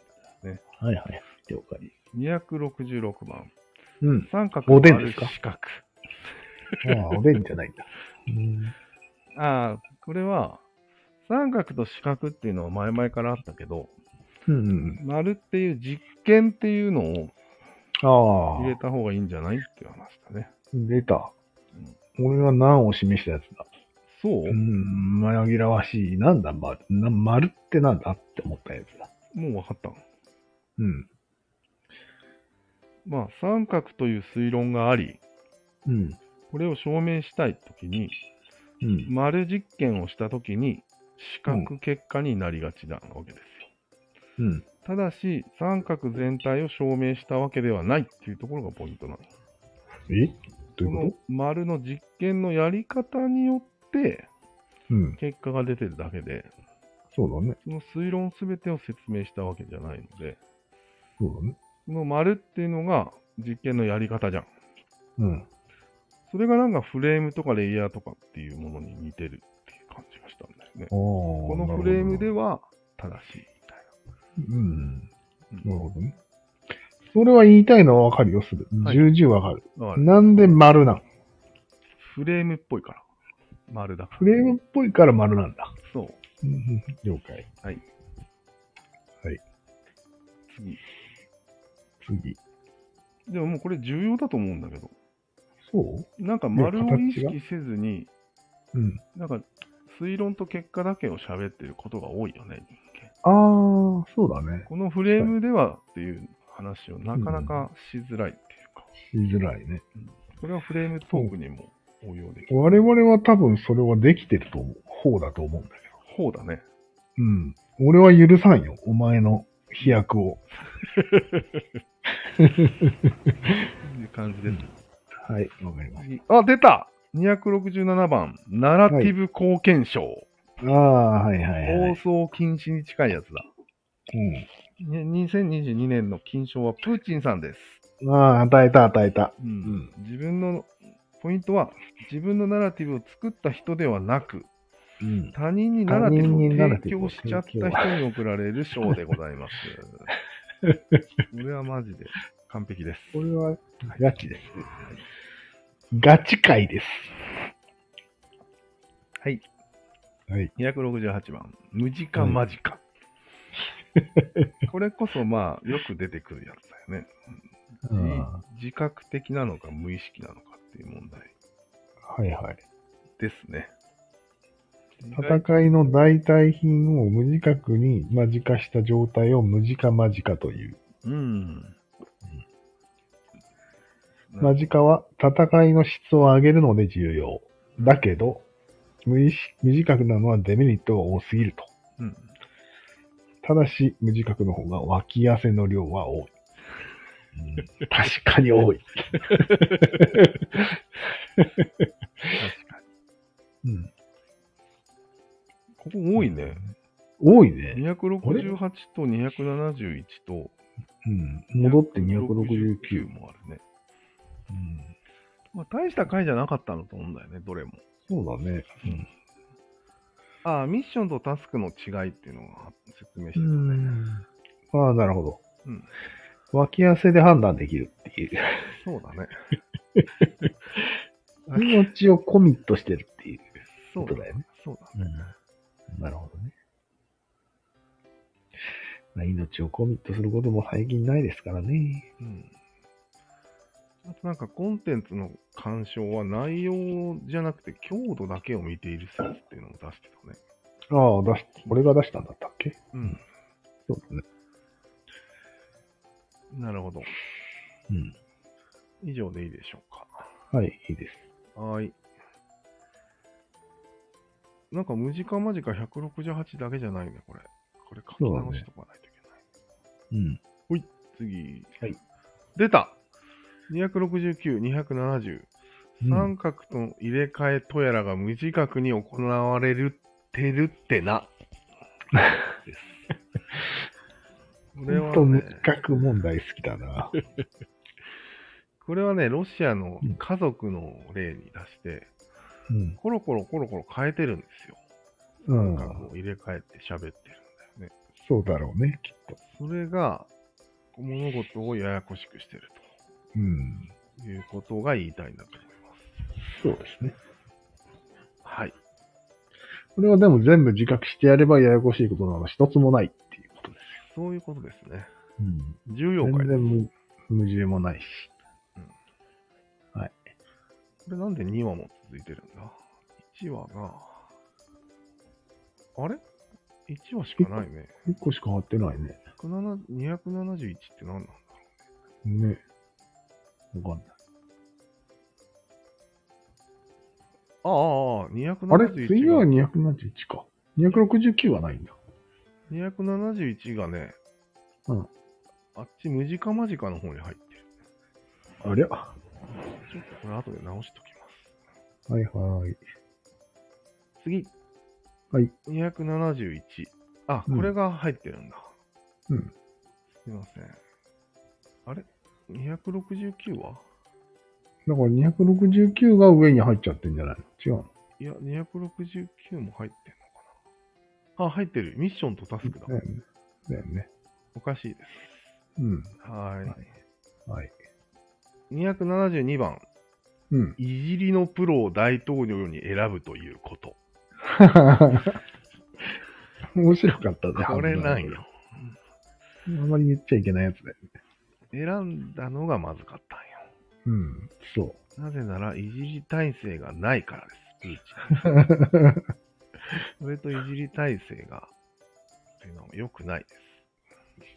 S2: いはい。了解。
S1: と。266番。
S2: うん。
S1: 三角
S2: おでんですか
S1: ある四角。
S2: ああ、おでんじゃないんだ。うん。
S1: ああ、これは、三角と四角っていうのは前々からあったけど、
S2: うんうん。
S1: 丸っていう実験っていうのを
S2: あ
S1: 入れ
S2: あ、
S1: た方がいいんじゃないっていう話だね。
S2: 出た。俺は何を示したやつだ。
S1: そう
S2: う、ん、紛らわしい。なんだ、ま、な丸ってなんだって思ったやつだ。
S1: もう分かった。
S2: うん。
S1: まあ、三角という推論があり、
S2: うん。
S1: これを証明したいときに、
S2: うん。
S1: 丸実験をしたときに、四角結果になりがちなわけですよ。
S2: うん。
S1: ただし、三角全体を証明したわけではないっていうところがポイントなんです。
S2: え
S1: こ
S2: どういう
S1: の
S2: こ
S1: 丸の実験のやり方によって
S2: とうん。
S1: 結果が出てるだけで、
S2: そうだね。
S1: その推論全てを説明したわけじゃないので、
S2: そうだね。
S1: この丸っていうのが実験のやり方じゃん。
S2: うん。
S1: それがなんかフレームとかレイヤーとかっていうものに似てるっていう感じがしたんだよね。
S2: こ
S1: このフレームでは正しいみたい
S2: う
S1: な。
S2: ん。なるほどね。それは言いたいのはわかるよ、する。
S1: はい
S2: 重々わかる。
S1: だから
S2: なんで丸なん
S1: フレームっぽいから。丸だから。
S2: フレームっぽいから丸なんだ。
S1: そう。
S2: うん了解。
S1: 次。
S2: 次。
S1: でももうこれ重要だと思うんだけど。
S2: そ
S1: なんか
S2: ね
S1: 丸を意
S2: 形が
S1: 識せずに、
S2: ううん。
S1: なんか推論と結果だけを喋ってることが多いよね、人間。
S2: ああ、そうだね。
S1: このフレームではっていう話をなかなかしづらいっていうか、
S2: しづらいね。
S1: これはフレームトークにも応用できる。
S2: 我々は多分それはできてると思う方だと思うんだけど。
S1: ほうだね。
S2: うん。俺は許さんよ。お前の飛躍を。
S1: っていう感じです。
S2: はい、わかります。
S1: 次あ、出た !267 番、ナラティブ貢献賞。
S2: ああ、はいはい
S1: 放
S2: はい。
S1: 送禁止に近いやつだ。
S2: う
S1: ね2022年の金賞はプーチンさんです。
S2: ん。ああ、与えた与えた。
S1: うん自分の、ポイントは、自分のナラティブを作った人ではなく、
S2: うん。
S1: 他人にナラティブ
S2: 他人にナ
S1: を
S2: ラテ
S1: 提
S2: ィ
S1: 供
S2: ブを
S1: しちゃった人に贈られる賞でございます。これはマジで完璧です。
S2: これはガチです。ガチ会です。
S1: はい。
S2: はい。
S1: 268番、無時間間近。これこそまあ、よく出てくるやつだよね。
S2: は
S1: 自覚的なのか無意識なのかっていう問題
S2: いはい。
S1: ですね。
S2: 戦いの代替品を無自覚に間近した状態を無自覚間近という。
S1: うん。
S2: 間近は戦いの質を上げるので重要。だけど、無意識無自覚なのはデメリットが多すぎると。
S1: うん。
S2: ただし、無自覚の方が脇汗の量は多い。確かに多い。
S1: 確かに。
S2: うん、
S1: ここ多いね。
S2: 多いね、
S1: 268と271と、
S2: うん。戻って269。
S1: もあるね。
S2: うん、
S1: まあ、大した回じゃなかったのと思うんだよね、どれも。
S2: そうだね。
S1: ああ、ミッションとタスクの違いっていうのが説明してた
S2: う
S1: ね。
S2: ん、ああ、なるほど。
S1: うん
S2: 脇汗で判断できるっていう。
S1: そうだね。
S2: 気持ちをコミットしてるっていう。
S1: そう
S2: そうだよ
S1: ね。そうだね。
S2: なるほどね。まあ命をコミットすることも最近ないですからね。
S1: うん。あとなんかコンテンツの鑑賞は内容じゃなくて強度だけを見ている説っていうのを出してたね。
S2: ああ、出し、俺が出したんだったっけ
S1: うん。
S2: そうだね。
S1: なるほど。
S2: うん。
S1: 以上でいいでしょうか。
S2: はい、いいです。
S1: はい。なんか無時間間近168だけじゃないね、これ。これ書き直しとかないといけない。
S2: うん。
S1: 次。
S2: はい。
S1: 出た !269、270。
S2: うん
S1: 三角との入れ替えとやらが無自覚に行われるてるって な。です。これ
S2: ほん
S1: は
S2: と、無
S1: ね、
S2: 企画問題好きだ な。
S1: これはね、ロシアの
S2: うん
S1: 家族の例に出して、
S2: うん。
S1: コロコロコロコロ変えてるんですよ。
S2: う
S1: なん
S2: ん
S1: か。こう入れ替えて喋ってるんだよね。
S2: そうだろうね、きっと。
S1: それが物事をややこしくしてる
S2: うん。
S1: ということが言いたいんだと思います。
S2: そうですね。
S1: はい。
S2: これはでも全部自覚してやればややこしいことなの一つもないっていうことです。
S1: そういうことですね。
S2: うん。
S1: 14
S2: 全
S1: 回。
S2: 然無無重もないし。
S1: これなんで2話も続いてるんだ ?1 話が、あれ ?1 話しかないね。
S2: 一個しか変わってないね。
S1: 107 271って何なんだ
S2: ね。わかんない。
S1: ああああ、271が。
S2: あれ次は271か。269はないんだ。
S1: 271がね、
S2: うん
S1: あっち無時間間近の方に入ってる。
S2: ありゃ。は
S1: ちょっとこれ後で直しときます。
S2: いはい。
S1: 次。
S2: はい。
S1: 271。あ、
S2: うん
S1: これが入ってるんだ。
S2: うん。
S1: すいません。あれ ?269 は
S2: だから269が上に入っちゃってんじゃないの違う
S1: いや、269も入ってんのかな。あ、入ってる。ミッションとタスクだ。
S2: のだよね。だよね。
S1: おかしいで
S2: うん。
S1: す。は
S2: はい。
S1: い。272番。
S2: うん。
S1: いじりのプロを大統領に選ぶということ。
S2: 面白かったね。
S1: これなんよ。。
S2: あんまり言っちゃいけないやつだよね。
S1: 選んだのがまずかった
S2: うん。そ
S1: んよ。なぜなら、いじり体制がないからです。プーチ
S2: う。
S1: ン。それといじり体制が、っていうのも良くないです。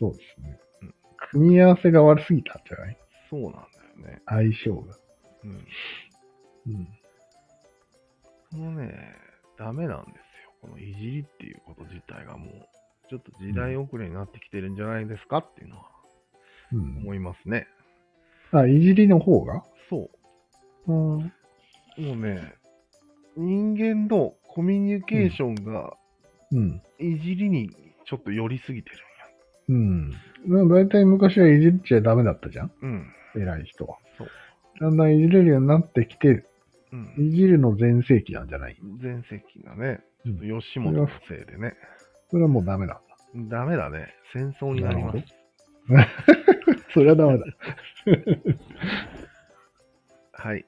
S2: そうですね
S1: うん。
S2: 組み合わせが悪すぎたんじゃない
S1: そうなんだよね。
S2: 相性が。
S1: うん。
S2: うん。
S1: このね、ダメなんですよ。このいじりっていうこと自体がもう、ちょっと時代遅れになってきてるんじゃないですかっていうのは
S2: うん。
S1: 思いますね。
S2: あ、いじりの方が
S1: そ
S2: うん。
S1: う。もうね、人間のコミュニケーションが
S2: うん。
S1: いじりにちょっと寄りすぎてる
S2: うん。だいたい昔はいじっちゃダメだったじゃん
S1: んや。うん。
S2: 偉い人は。
S1: そう。
S2: だんだんいじれるようになってきて、
S1: うん。
S2: いじるの全盛期なんじゃない
S1: 前席がね、ち
S2: う
S1: ょ
S2: ん
S1: っと吉本のせいでね、
S2: それはもうダメだ。
S1: ダメだね。戦争になります
S2: な。それはダメだ。
S1: はい。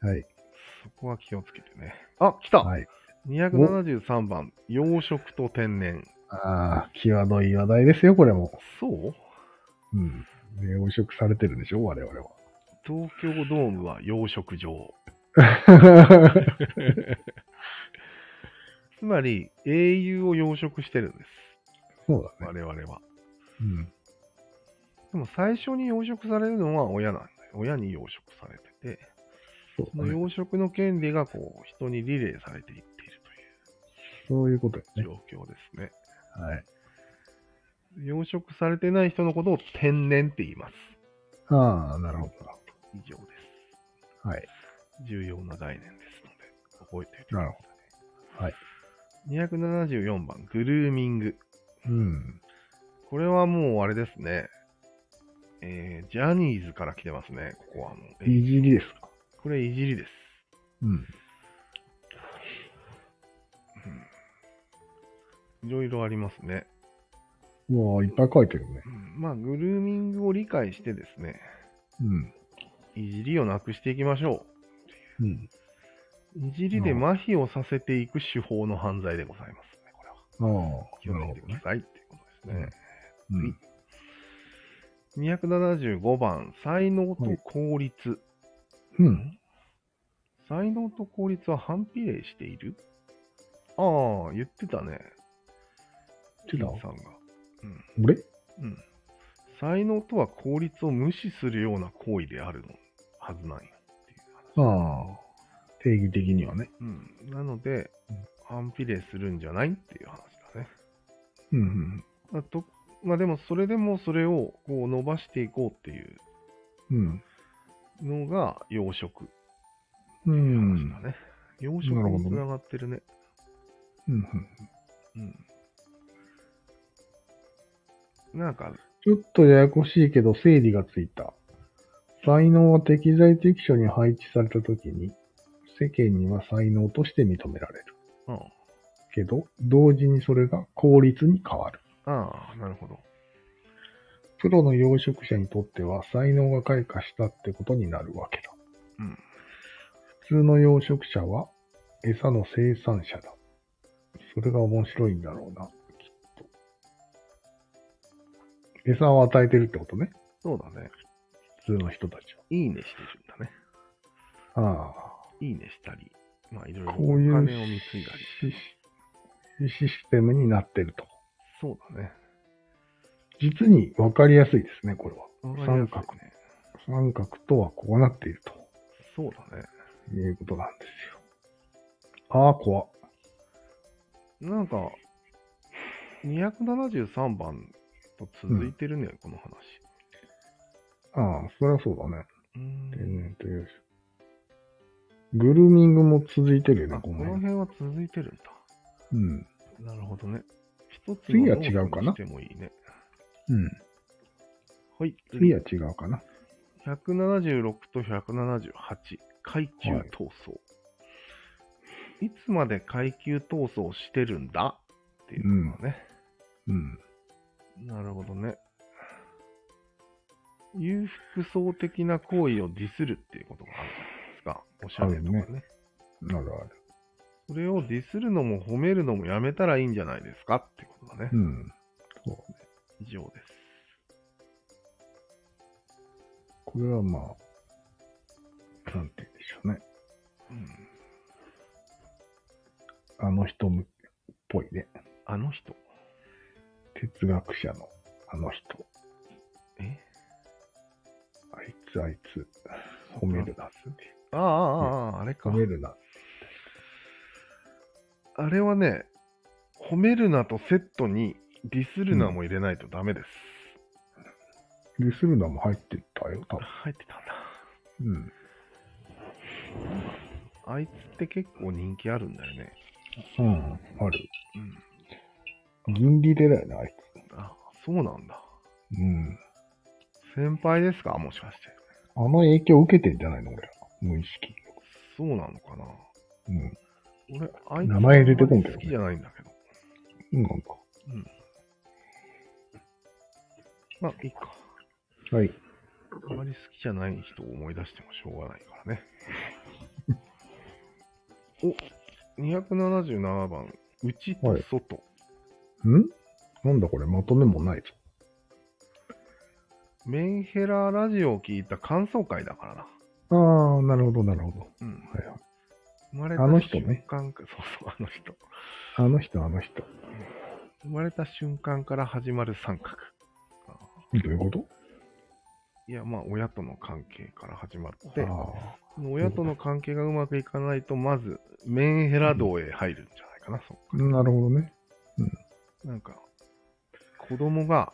S2: はい。
S1: そこは気をつけてね。あ、来た、
S2: はい。
S1: !273 番、養殖と天然。
S2: ああ、際どい話題ですよ、これも。
S1: そう
S2: うん。ね、汚職されてるんでしょ我々は。
S1: 東京ドームは養殖場。 つまり、英雄を養殖してるんです。
S2: そうだね。
S1: 我々は。
S2: うん。
S1: でも最初に養殖されるのは親なんだよ。親に養殖されてて、
S2: そう
S1: その養殖の権利がこう、人にリレーされていっている
S2: そういうことよ
S1: とい
S2: ね。
S1: う状況ですね。
S2: はい。
S1: 養殖されてない人のことを天然って言います。
S2: ああ、なるほど。
S1: 以上で
S2: はい。
S1: す。重要な概念ですので、覚えておいてください。
S2: なるほどはい。
S1: 274番、グルーミング。
S2: うん。
S1: これはもうあれですね。えー、ジャニーズから来てますね、ここはもう。
S2: いじりですか
S1: これいじりです。
S2: うん。
S1: いろいろありますね。
S2: もういっぱい書いてるね。
S1: うんまあ、グルーミングを理解してですね、
S2: うん。
S1: いじりをなくしていきましょ
S2: うん。
S1: う。いじりで麻痺をさせていく手法の犯罪でございますね、これは。
S2: ああ、
S1: 気を
S2: なる
S1: つけ
S2: ほ
S1: てくだ
S2: どね。
S1: さいっていうことですね。
S2: うん。
S1: 275番、才能と効率。
S2: うん。
S1: 才能と効率は反比例しているああ、言ってたね。
S2: ちょ
S1: 金
S2: っ
S1: さんが。
S2: と、俺
S1: うん。才能とは効率を無視するような行為であるのはずなんよっていう話。
S2: ああ、定義的にはね。
S1: うん。なので、反比例するんじゃないっていう話だね。
S2: うんうん
S1: あとまあでもそれでもそれをこう伸ばしていこうっていう
S2: うん。
S1: のが養殖
S2: う。
S1: っていうん話だね。養殖
S2: なるほ
S1: に
S2: どね
S1: つながってるね。
S2: うんうん
S1: うん。なんか、
S2: ちょっとややこしいけど整理がついた。才能は適材適所に配置されたときに、世間には才能として認められる。
S1: うん、
S2: けど、同時にそれが効率に変わる。
S1: ああ、なるほど。
S2: プロの養殖者にとっては才能が開花したってことになるわけだ。
S1: うん
S2: 普通の養殖者は餌の生産者だ。それが面白いんだろうな、きっと。餌を与えてるってことね、
S1: そうだね。
S2: 普通の人たち
S1: いいねしてるんだね。
S2: は。ああ。
S1: いいねしたり、まあいろいろ
S2: こ
S1: お
S2: ういう
S1: 金を貢いだり。
S2: シシシステムになってると。
S1: そうだね。
S2: 実に分かりやすいですね、これは。
S1: わかりやすい
S2: 三角
S1: ね。
S2: 三角とはこうなっている
S1: そうだね。
S2: ということなんですよ。ああ、怖っ。
S1: なんか、273番と続いてるね、この話。
S2: ああ、そりゃそうだね。
S1: うーん。
S2: 天然という。グルーミングも続いてるよね
S1: あ、
S2: こ
S1: こ
S2: の
S1: の
S2: 辺。
S1: 辺は続いてるんだ。
S2: うん。
S1: なるほどね。一つ
S2: 次
S1: の
S2: は違うかな
S1: ノートにしてもいいね。
S2: うん。
S1: はい。
S2: 次は違うかな。
S1: 176と178、階級闘争。い、つまで階級闘争してるんだっていうのがね、
S2: うん。
S1: なるほどね。裕福層的な行為をディスるっていうことがあるじゃないですか。おしゃれとか
S2: あ
S1: ね。
S2: なるある。
S1: それをディスるのも褒めるのもやめたらいいんじゃないですかってことだね
S2: う。ん。そうね。
S1: 以上です。
S2: これはまあ、なんて言うんでしょうね。
S1: うん
S2: あの人っぽいね。
S1: あの人。
S2: 哲学者のあの人。
S1: え
S2: あいつあいつ。褒めるなって。
S1: ああ、ああ、ああれか。
S2: 褒めるな。
S1: あれはね、褒めるなとセットにディスるなも入れないとダメです。
S2: ディスるのも入ってたよ、多分。
S1: 入ってたんだ。
S2: うん。
S1: あいつって結構人気あるんだよね。
S2: うん。ある。
S1: うん。
S2: 銀利でだよね、あい
S1: あ、そうなんだ。
S2: つ。うん。
S1: 先輩ですかもしかして。
S2: あの影響受けてんじゃないの、俺ら。無意識。
S1: そうなのかな
S2: うん。
S1: 俺、あいつ
S2: 名前出てこんけどね
S1: 好きじゃないんだけど。
S2: うん、なんか。
S1: まあ、いいか。
S2: はい。
S1: あまり好きじゃない人を思い出してもしょうがないからね。 お、277番。内と外。
S2: んなんだこれ、まとめもないぞ。
S1: メンヘララジオを聞いた感想会だからな。
S2: ああ、なるほど、なるほど。
S1: うん。
S2: はいはい。
S1: 生まれた
S2: あの人ね
S1: 瞬間か、そうそう、あの人。
S2: あの人、あの人。
S1: 生まれた瞬間から始まる三角。あ
S2: どういうこと
S1: ーいや、まあ、親との関係から始まっ
S2: あ
S1: て、
S2: あ
S1: 親との関係がうまくいかないと、まず、メンヘラ道へ入るんじゃないかな、そっか
S2: ー、なるほどね。
S1: なんか、子供が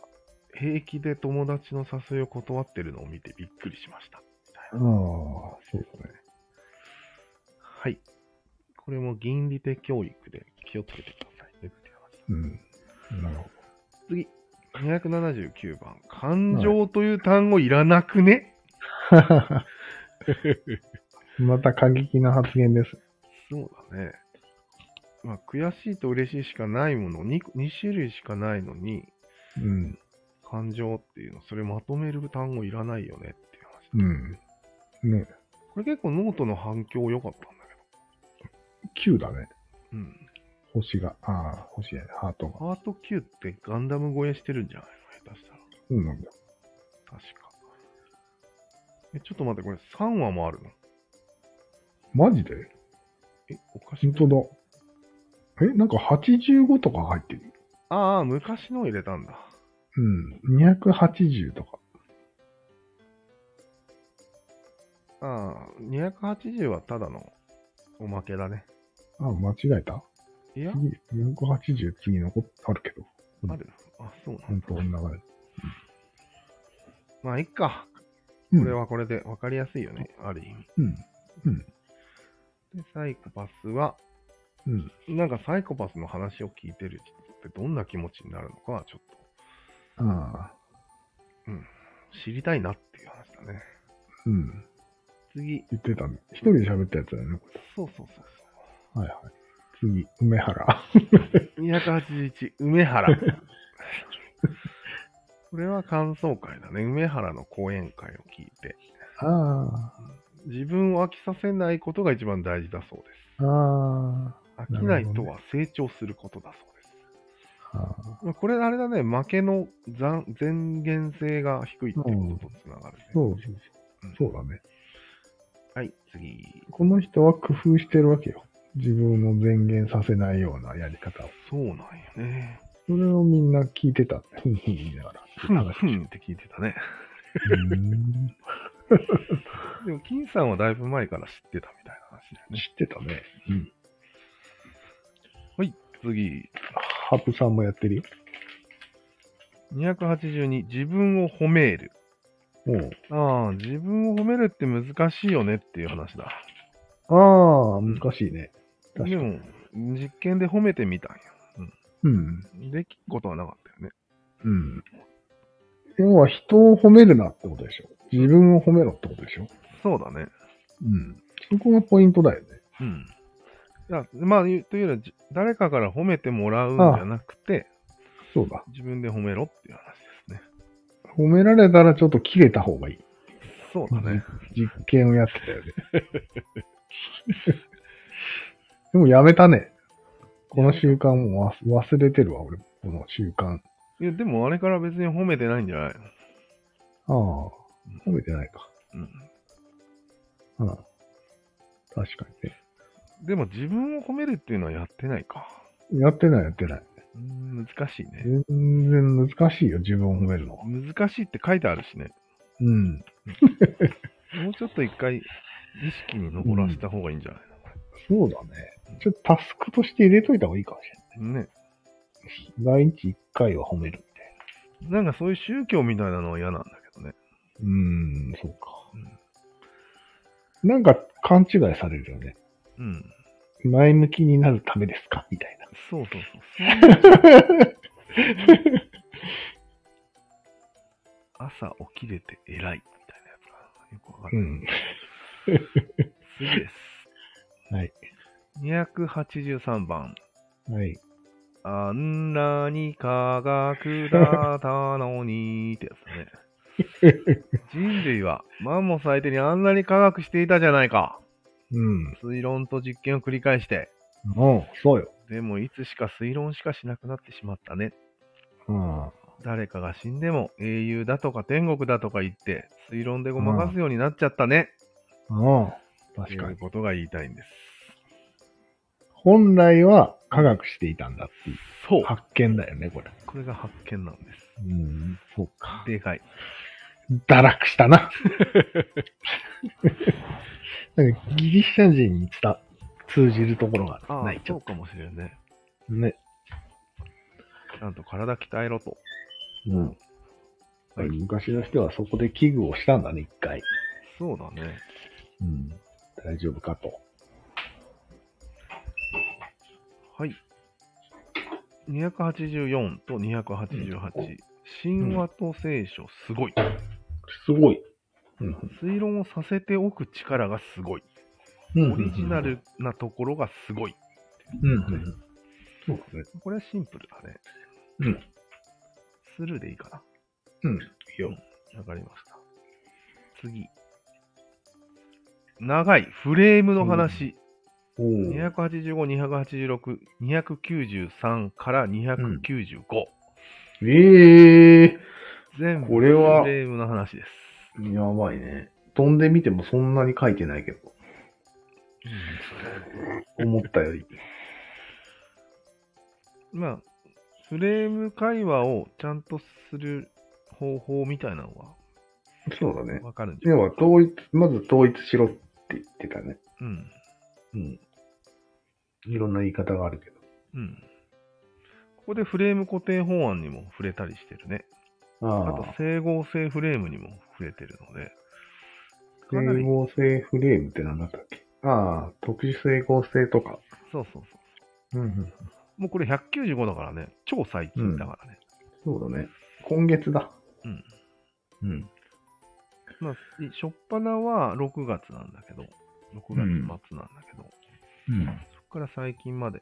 S1: 平気で友達の誘いを断ってるのを見てびっくりしました。みたい
S2: ああ、
S1: な。
S2: そうだね。
S1: はい。これも銀利手教育で気をつけてくださいねっていう話。
S2: うん。なるほど。
S1: 次、279番。感情という単語いらなくね、
S2: また過激な発言です。
S1: そうだね。まあ、悔しいと嬉しいしかないもの2、2種類しかないのに、
S2: うん。
S1: 感情っていうの、それまとめる単語いらないよねっていう話。
S2: うん。ね
S1: これ結構ノートの反響良かったんだ
S2: 9だね。
S1: けど。うん。
S2: 星が。ああ、星やね。ハートが。
S1: ハート Q ってガンダム超えしてるんじゃないの下手したら。
S2: うんなんだよ。
S1: 確か。え、ちょっと待って、これ3話もあるの
S2: マジで
S1: え、おかしい
S2: 本。当だ。え、なんか85とか入ってる。
S1: ああ、昔のを入れたんだ。
S2: うん。280とか。
S1: ああ、280はただのおまけだね。
S2: あ、間違えた
S1: いいや、
S2: 次、280次残っあるけど、
S1: ある。あ、そうな
S2: 本
S1: ん
S2: 当
S1: だ。
S2: の流れ。
S1: まあ、いっか。
S2: うん
S1: これはこれで分かりやすいよね、ある意味。
S2: うん。
S1: で、サイコパスは、
S2: うん
S1: なんかサイコパスの話を聞いてる人ってどんな気持ちになるのかはちょっと
S2: ああ、
S1: 知りたいなっていう話だね。
S2: うん。
S1: 次、
S2: 言ってたね。一人で喋ったやつだよね。
S1: そうそうそう
S2: はいはい。次、梅原。
S1: そう。281、梅原。 これは感想会だね。梅原の講演会を聞いて、
S2: あ
S1: 自分を飽きさせないことが一番大事だそうで
S2: あ、あ
S1: す。飽きないとは成長することだそうです。
S2: あ、ああ。
S1: まあ、これあれだね、負けの残前言性が低いっていうこととつながるね。
S2: そうそうそう。そうだね。
S1: はい、次。
S2: この人は工夫してるわけよ。自分を前言させないようなやり方を。
S1: そうなんよね。
S2: それをみんな聞いてた。ふんふん言いながら。
S1: ふんふんって聞いて たね。
S2: うーん
S1: でも、金さんはだいぶ前から知ってたみたいな話だよ
S2: 知
S1: ね。
S2: ってたね。
S1: 次、
S2: ハプさんもやってるよ。
S1: 282、自分を褒める。
S2: うん。
S1: ああ、自分を褒めるって難しいよねっていう話だ。
S2: ああ、難しいね。確か
S1: で
S2: に。
S1: も、実験で褒めてみたん
S2: うん。
S1: よ。できることはなかったよね。
S2: うん。要は人を褒めるなってことでしょ。自分を褒めろってことでしょ。
S1: そうだね。
S2: うん。そこがポイントだよね。
S1: うん。いや、まあ、言うというよりは、じ誰かから褒めてもらうんじゃなくて、
S2: そうだ。
S1: 自分で褒めろっていう話ですね。
S2: 褒められたらちょっと切れた方がいい。
S1: そうだね。
S2: 実験をやってたよね。でもやめたね。この習慣もう忘忘れてるわ、俺。この習慣。
S1: いや、でもあれから別に褒めてないんじゃないの
S2: ああ、褒めてないか。
S1: うん。
S2: うん。確かにね。
S1: でも自分を褒めるっていうのはやってないか。
S2: やってない、やってない。
S1: うーん、難しいね。
S2: 全然難しいよ、自分を褒めるのは。
S1: 難しいって書いてあるしね。
S2: うん。
S1: もうちょっと一回意識に残らせた方がいいんじゃないの、こ
S2: そうだね。ちょっとタスクとして入れといた方がいいかもし
S1: れね。
S2: れない。第一一回は褒めるみたい
S1: なんかそういう宗教みたいなのは嫌なんだけどね。
S2: な。うーん、そうか。なんか勘違いされるよね。
S1: うん。
S2: 前向きになるためですかみたいな。
S1: そうそうそう。朝起きれて偉いみたいなやつかな。よくわかる。
S2: うん。
S1: 次 です。
S2: はい。
S1: 283番。
S2: はい。
S1: あんなに科学だったのにってや つだね。人類はマンモス相手にあんなに科学していたじゃないか。
S2: うん。
S1: 推論と実験を繰り返して。
S2: うん、そうよ。
S1: でもいつしか推論しかしなくなってしまったね。
S2: うん。
S1: 誰かが死んでも英雄だとか天国だとか言って推論でごまかすようになっちゃったね。
S2: うん。
S1: と
S2: 確
S1: い
S2: か
S1: う
S2: に。
S1: ことが言いたいんです。
S2: 本来は科学していたんだってい
S1: そう
S2: う。発見だよね、これ。
S1: これが発見なんで
S2: うん、そうか
S1: す。。でかい。
S2: 堕落した な。なんかギリシャ人に伝通じるところが
S1: ああ
S2: ない、ち
S1: そ
S2: ょっ
S1: うかもしれんね。
S2: とね。
S1: ちゃんと体鍛えろと。
S2: うん。昔の人はそこで危惧をしたんだね、一回。
S1: そうだね。
S2: うん。大丈夫かと。
S1: はい。284と288。神話と聖書、すごい。
S2: すごい。
S1: 推論をさせておく力がすごい。
S2: う
S1: オリジナ。ルなところがすごい。
S2: うんうん。そうですね。
S1: これはシンプルだね。
S2: うん。
S1: スルーでいいか
S2: うん。いいよ。
S1: な。わかりました。次。長いフレームの話。
S2: おー。
S1: 285、286、293から295。
S2: ええ
S1: 全部
S2: これは
S1: フレームの話です。
S2: ー。やばいね。飛んでみてもそんなに書いてないけど。思ったより。
S1: まあ、フレーム会話をちゃんとする方法みたいなのは
S2: そうだね。
S1: わかるんじゃない
S2: 要は統一、まず統一しろって言ってたね。
S1: うん。
S2: うん。いろんな言い方があるけど。
S1: うん。ここでフレーム固定法案にも触れたりしてるね。あ
S2: あ
S1: と
S2: あ。
S1: 整合性フレームにも触れてるので、かな
S2: 整
S1: り、
S2: 合性フレームって何だったっけああ、特殊整合性とか。
S1: そうそうそう。
S2: うんうん。
S1: もうこれ195だからね、超最近だからね。
S2: そうだね。今月だ。
S1: うん。
S2: うん。
S1: まあ、しょっぱなは6月なんだけど、6月末なんだけど、
S2: うん。
S1: そこから最近まで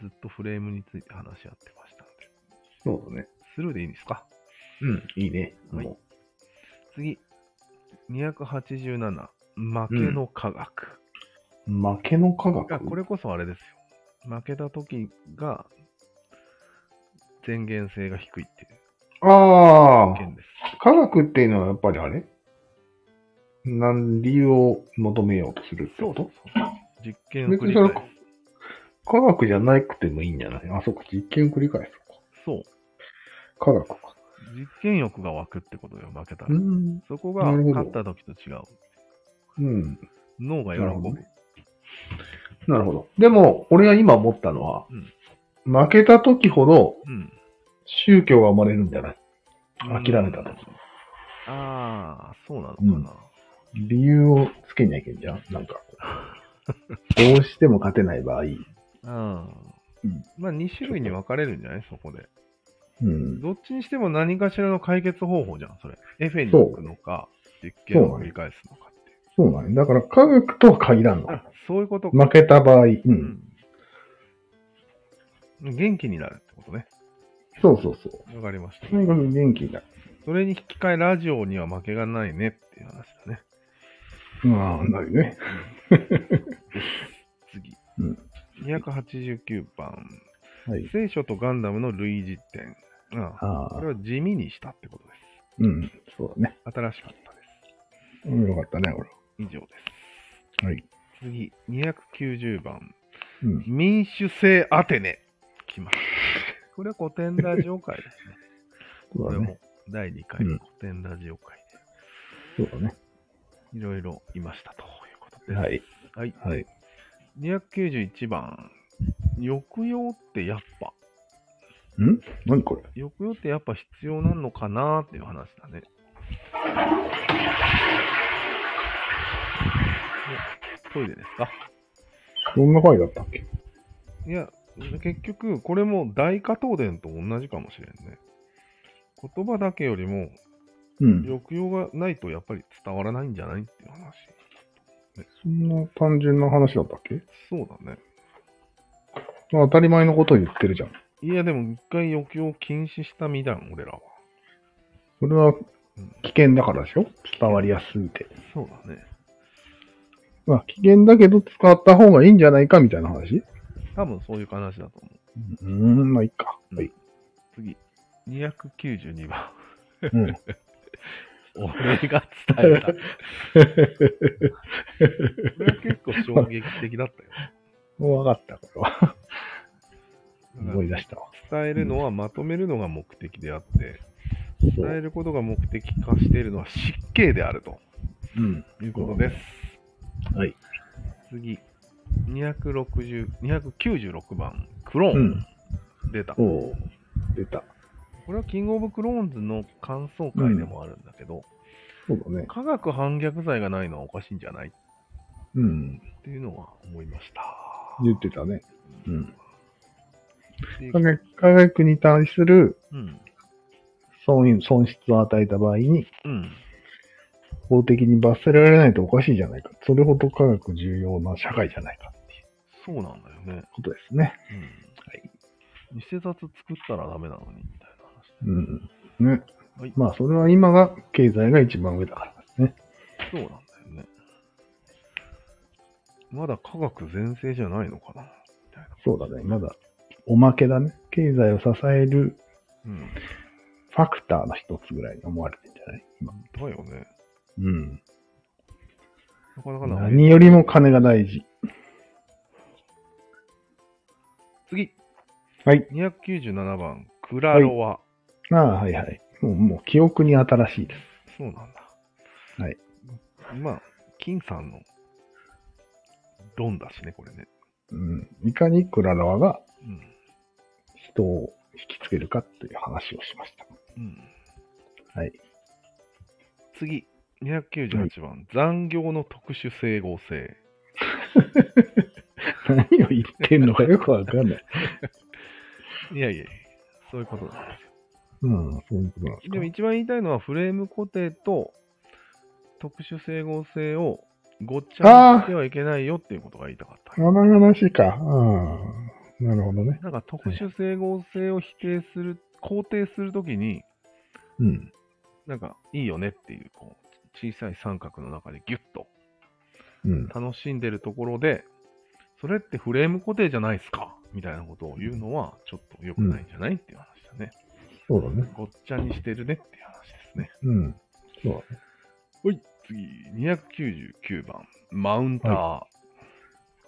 S1: ずっとフレームについて話し合ってましたんで、
S2: そうだね。
S1: スルーでいいんですか
S2: うん。いいね。
S1: はい
S2: も
S1: 次、287、負けの科学。
S2: う負けの科
S1: あ
S2: 学。
S1: これこそあれですよ。負けた時が、前言性が低いっていう
S2: ああ。
S1: 件です。
S2: 科学っていうのはやっぱりあれなん理由を求めようとするってこと
S1: そう。実験を繰り返す
S2: 別にそれ。科学じゃなくてもいいんじゃないあ、そうか。実験を繰り返す
S1: そう。
S2: のか。科学か。
S1: 実験欲が湧くってことよ、負けたら
S2: う。ん。
S1: そこが
S2: なるほど
S1: 勝った時と違う。
S2: うん。
S1: 脳が
S2: な
S1: 喜
S2: るほど
S1: ぶ。
S2: ね。なるほど。でも、俺が今思ったのは、負けた時ほど
S1: うん。
S2: 宗教が生まれるんじゃない諦めた
S1: うん
S2: 時。
S1: ああ、そうなのかな。
S2: 理由をつけにゃいけんじゃんなんか こう。どうしても勝てない場合。
S1: うん。
S2: うん
S1: まあ、2種類に分かれるんじゃないそこで。
S2: うん。
S1: どっちにしても何かしらの解決方法じゃん、それ。エフェに行くのか、実験を繰り返すのかっていう。
S2: そうなんだから科学とは限らんの。
S1: あ、そういうことか。
S2: 負けた場合。うん。
S1: うん元気になるってことね。
S2: そうそうそう。
S1: わかりました。
S2: とにかく元気だ。
S1: それに引き換えラジオには負けがないねっていう話だね。
S2: ああ、なるね。
S1: 次。
S2: うん
S1: 289番。
S2: はい。
S1: 聖書とガンダムの類似点。ああ
S2: あ
S1: こ
S2: あ、
S1: れは地味にしたってことです。
S2: うん。そうだね。
S1: 新しかったです。
S2: うんよかったね、俺。
S1: 以上で
S2: はい。
S1: す。次。290番。
S2: うん。
S1: 民主制アテネ。来ました。これは古典ラジオ会ですね。
S2: そう
S1: これ
S2: だね。
S1: も第2回
S2: うん
S1: 古典ラジオ会
S2: そうだね。
S1: でいろいろいましたということです。
S2: はい。
S1: はい。
S2: はい。
S1: 291番。抑揚ってやっぱ、
S2: 何これ
S1: 抑揚ってやっぱ必要なのかなっていう話だね。おトイレですか
S2: どんな回だったっけ
S1: いや、結局、これも大加東伝と同じかもしれんね。言葉だけよりも、
S2: うん。
S1: 抑揚がないとやっぱり伝わらないんじゃないっていう話。
S2: そんな単純な話だったっけ
S1: そうだね。
S2: 当たり前のことを言ってるじゃん。
S1: いや、でも一回抑揚を禁止した身だん、俺らは。
S2: それは危険だからでしょ伝わりやすすぎて。
S1: そうだね。
S2: まあ、危険だけど使った方がいいんじゃないかみたいな話
S1: 多分そういう話だと思う。
S2: うーん、まあいいか。 はい。
S1: 次、292番。
S2: うん。
S1: 俺が伝えた。これは結構衝撃的だ ったよ。
S2: もう分かった、これは。思い出したわ。
S1: 伝えるのはまとめるのが目的であって、
S2: そ
S1: 伝え
S2: う。
S1: ることが目的化しているのは失敬であると
S2: うん。
S1: いうことです。
S2: はい。
S1: 次、260 296番、クローン。
S2: うん
S1: 出た。
S2: お
S1: こ
S2: お出た。
S1: れはキングオブクローンズの感想会でもあるんだけど、
S2: そうだね。
S1: 科学反逆罪がないのはおかしいんじゃない
S2: うん。
S1: っていうのは思いました。
S2: 言ってたね。うん。
S1: で
S2: 科学科学に対する
S1: うん。
S2: 損損失を与えた場合に、
S1: うん。
S2: 法的に罰せられないとおかしいじゃないか。それほど科学重要な社会じゃないかっていう
S1: そうなんだよね。
S2: ことですね。
S1: うん。
S2: はい。
S1: 偽札作ったらダメなのに、みたいな話。
S2: うん。ね。
S1: はい
S2: まあ、それは今が、経済が一番上だからですね。
S1: そうなんだよね。まだ科学全盛じゃないのかな、みたいな。
S2: そうだね。まだ、おまけだね。経済を支える
S1: うん。
S2: ファクターの一つぐらいに思われてんじゃない今。
S1: だよね。
S2: うん。
S1: なかなかな。
S2: 何よりも金が大事。
S1: 次。
S2: はい。
S1: 297番、クラロワ。
S2: ああ、はいはい。もう、もう記憶に新しいです。
S1: そうなんだ。
S2: はい。
S1: まあ、金さんの論だしね、これね。
S2: うん。いかにクララワが
S1: うん。
S2: 人を引きつけるかという話をしました。
S1: うん
S2: はい。
S1: 次、298番、残業の特殊整合性。
S2: 何を言ってんのかよくわかんない。
S1: いやいや、そういうことなんですよ。
S2: うん、そういうことなんです
S1: で
S2: か
S1: も。一番言いたいのは、フレーム固定と特殊整合性をごっちゃにしてはいけないよっていうことが言いたかった。
S2: あの話か。うん。なるほどね。
S1: なんか特殊整合性を否定する、肯定するときに、
S2: うん。
S1: なんかいいよねっていう、こう、小さい三角の中でギュッと
S2: うん。
S1: 楽しんでるところで、それってフレーム固定じゃないですかみたいなことを言うのは、ちょっと良くないんじゃないっていう話だね。
S2: そうだね。
S1: ごっちゃにしてるねっていう話ですね。
S2: うん。そうだね。
S1: はい、次、299番、マウンター。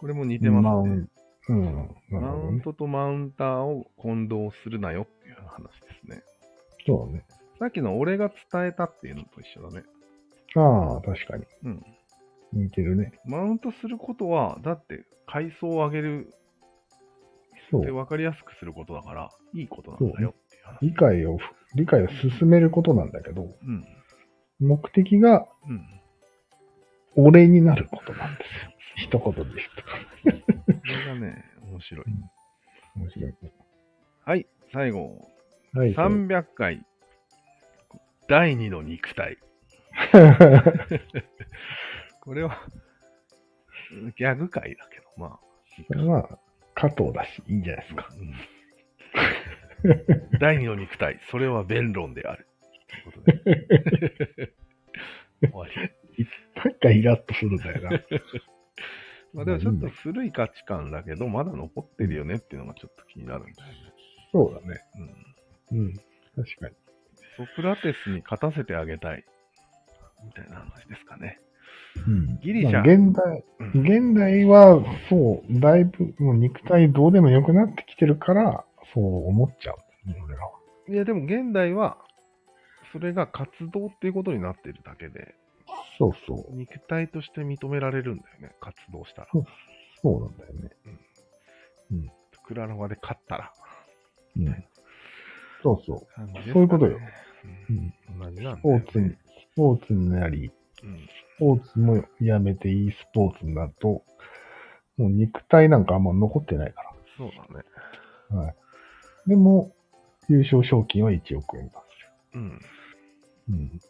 S1: これも似て
S2: マ
S1: ま
S2: ウ
S1: す、ね
S2: ンうん。なる
S1: マ
S2: ほど
S1: ウン
S2: ね。
S1: トとマウンターを混同するなよっていう話ですね。
S2: そうだね。
S1: さっきの俺が伝えたっていうのと一緒だね。
S2: ああ、確かに。
S1: うん。
S2: 似てるね。
S1: マウントすることは、だって階層を上げる
S2: そ
S1: って
S2: う。
S1: 分かりやすくすることだから、いいことなんだよっていう話。
S2: 理解を、理解を進めることなんだけど、
S1: うん。
S2: 目的が
S1: うん。
S2: 俺になることなんですよ。一言で言う
S1: これがね、面白い。
S2: と。面白い。
S1: はい、最後、
S2: はい。
S1: 300回、第2の肉体。これは、ギャグ界だけど、ま
S2: これは、加藤だし、いいんじゃないですか。
S1: あ。うん第2の肉体、それは弁論である。ということで終わり。
S2: なんかイラッとするんだよな。
S1: まあでもちょっと古い価値観だけど、まだ残ってるよねっていうのがちょっと気になるんだよね。
S2: そうだね。
S1: うん、
S2: うん。確かに。
S1: ソクラテスに勝たせてあげたい。みたいな話ですかね。
S2: うん
S1: ギリシャ
S2: まあ現代、
S1: うん
S2: 現代は、そう、だいぶ、もう肉体どうでもよくなってきてるから、そう思っちゃうんだよね、俺らは。
S1: いやでも現代は、それが活動っていうことになってるだけで、
S2: そうそう。
S1: 肉体として認められるんだよね。活動したら。
S2: そうなんだよね。
S1: クラロワで勝ったら。
S2: うん。そうそう。
S1: 感じですかね
S2: そういうことよ。うん。
S1: 同じなんだよ
S2: スポ
S1: ね
S2: ーツに、スポーツになり、
S1: うん
S2: スポーツもやめて e スポーツになると、もう肉体なんかあんま残ってないか
S1: そうだね。
S2: ら。はい。でも、優勝賞金は1億円だ。
S1: うん。
S2: うん。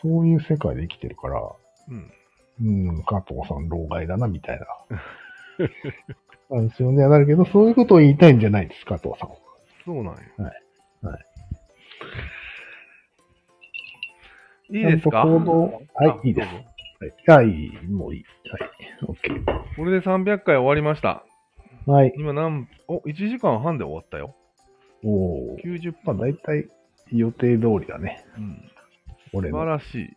S2: そういう世界で生きてるから、
S1: うん。
S2: うん、加藤さん、老害だな、みたいな。なんですよね。なるけど、そういうことを言いたいんじゃないです、加藤さんは。
S1: そうなんよ。。
S2: はいはい
S1: いいです
S2: ちゃ
S1: か
S2: んと行動。は
S1: あ
S2: い、いいです
S1: どうぞ。
S2: はい、はいもういい。はい、OK。
S1: これで300回終わりました。
S2: はい。
S1: 今何、お、1時間半で終わったよ。
S2: おー。
S1: 90
S2: まあ、
S1: 分。
S2: 大体、予定通りだね。
S1: うん、
S2: 俺
S1: 素晴
S2: の。
S1: らしい。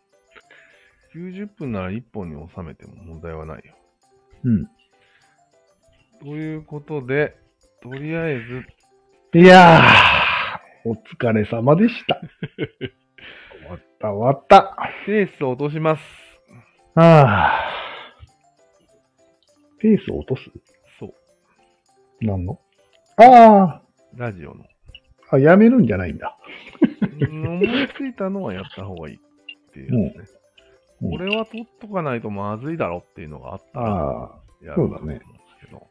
S1: 90分なら1本に収めても問題はないよ。
S2: うん。
S1: ということで、とりあえず、
S2: いやー、お疲れ様でした。終わった、終わった。
S1: ペースを落とします。
S2: あー。ペースを落とす
S1: そう。
S2: なんのあ
S1: ラジオの。
S2: ー。あ、やめるんじゃないんだ。
S1: うん思いついたのはやった方がいいっていうやつね。
S2: うんうん
S1: これは取っとかないとまずいだろっていうのがあったら
S2: あー。
S1: やる
S2: そう
S1: と思
S2: だね
S1: うんですけど。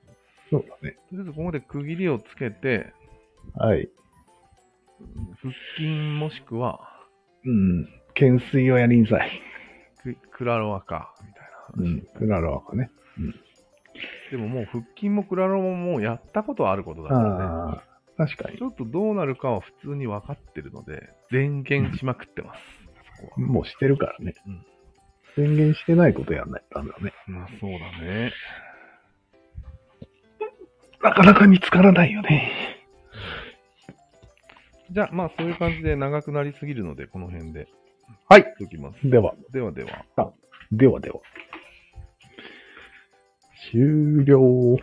S2: そうだね。
S1: とりあえずここで区切りをつけて、
S2: はい。
S1: 腹筋もしくは
S2: うん。懸垂をやりんさい。
S1: ククラロワか、みたいな
S2: う
S1: 話。
S2: ん。クラロワかね。
S1: でももう腹筋もクラロワももうやったことはあることだから
S2: ああ。確か
S1: ね。
S2: に
S1: ち。ょっとどうなるかは普通に分かってるので、前言しまくってます。そこは
S2: もうしてるからね
S1: うん。
S2: 宣言してないことやんないとダメだね。
S1: まあそうだね。
S2: なかなか見つからないよね。
S1: じゃあまあそういう感じで長くなりすぎるので、この辺で。
S2: はい。
S1: ときます。
S2: では、
S1: ではでは。
S2: ではでは。終了。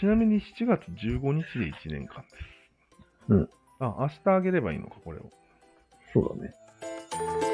S1: ちなみに7月15日で1年間です。
S2: うん。
S1: あ、明日あげればいいのか、これを。
S2: そうだね。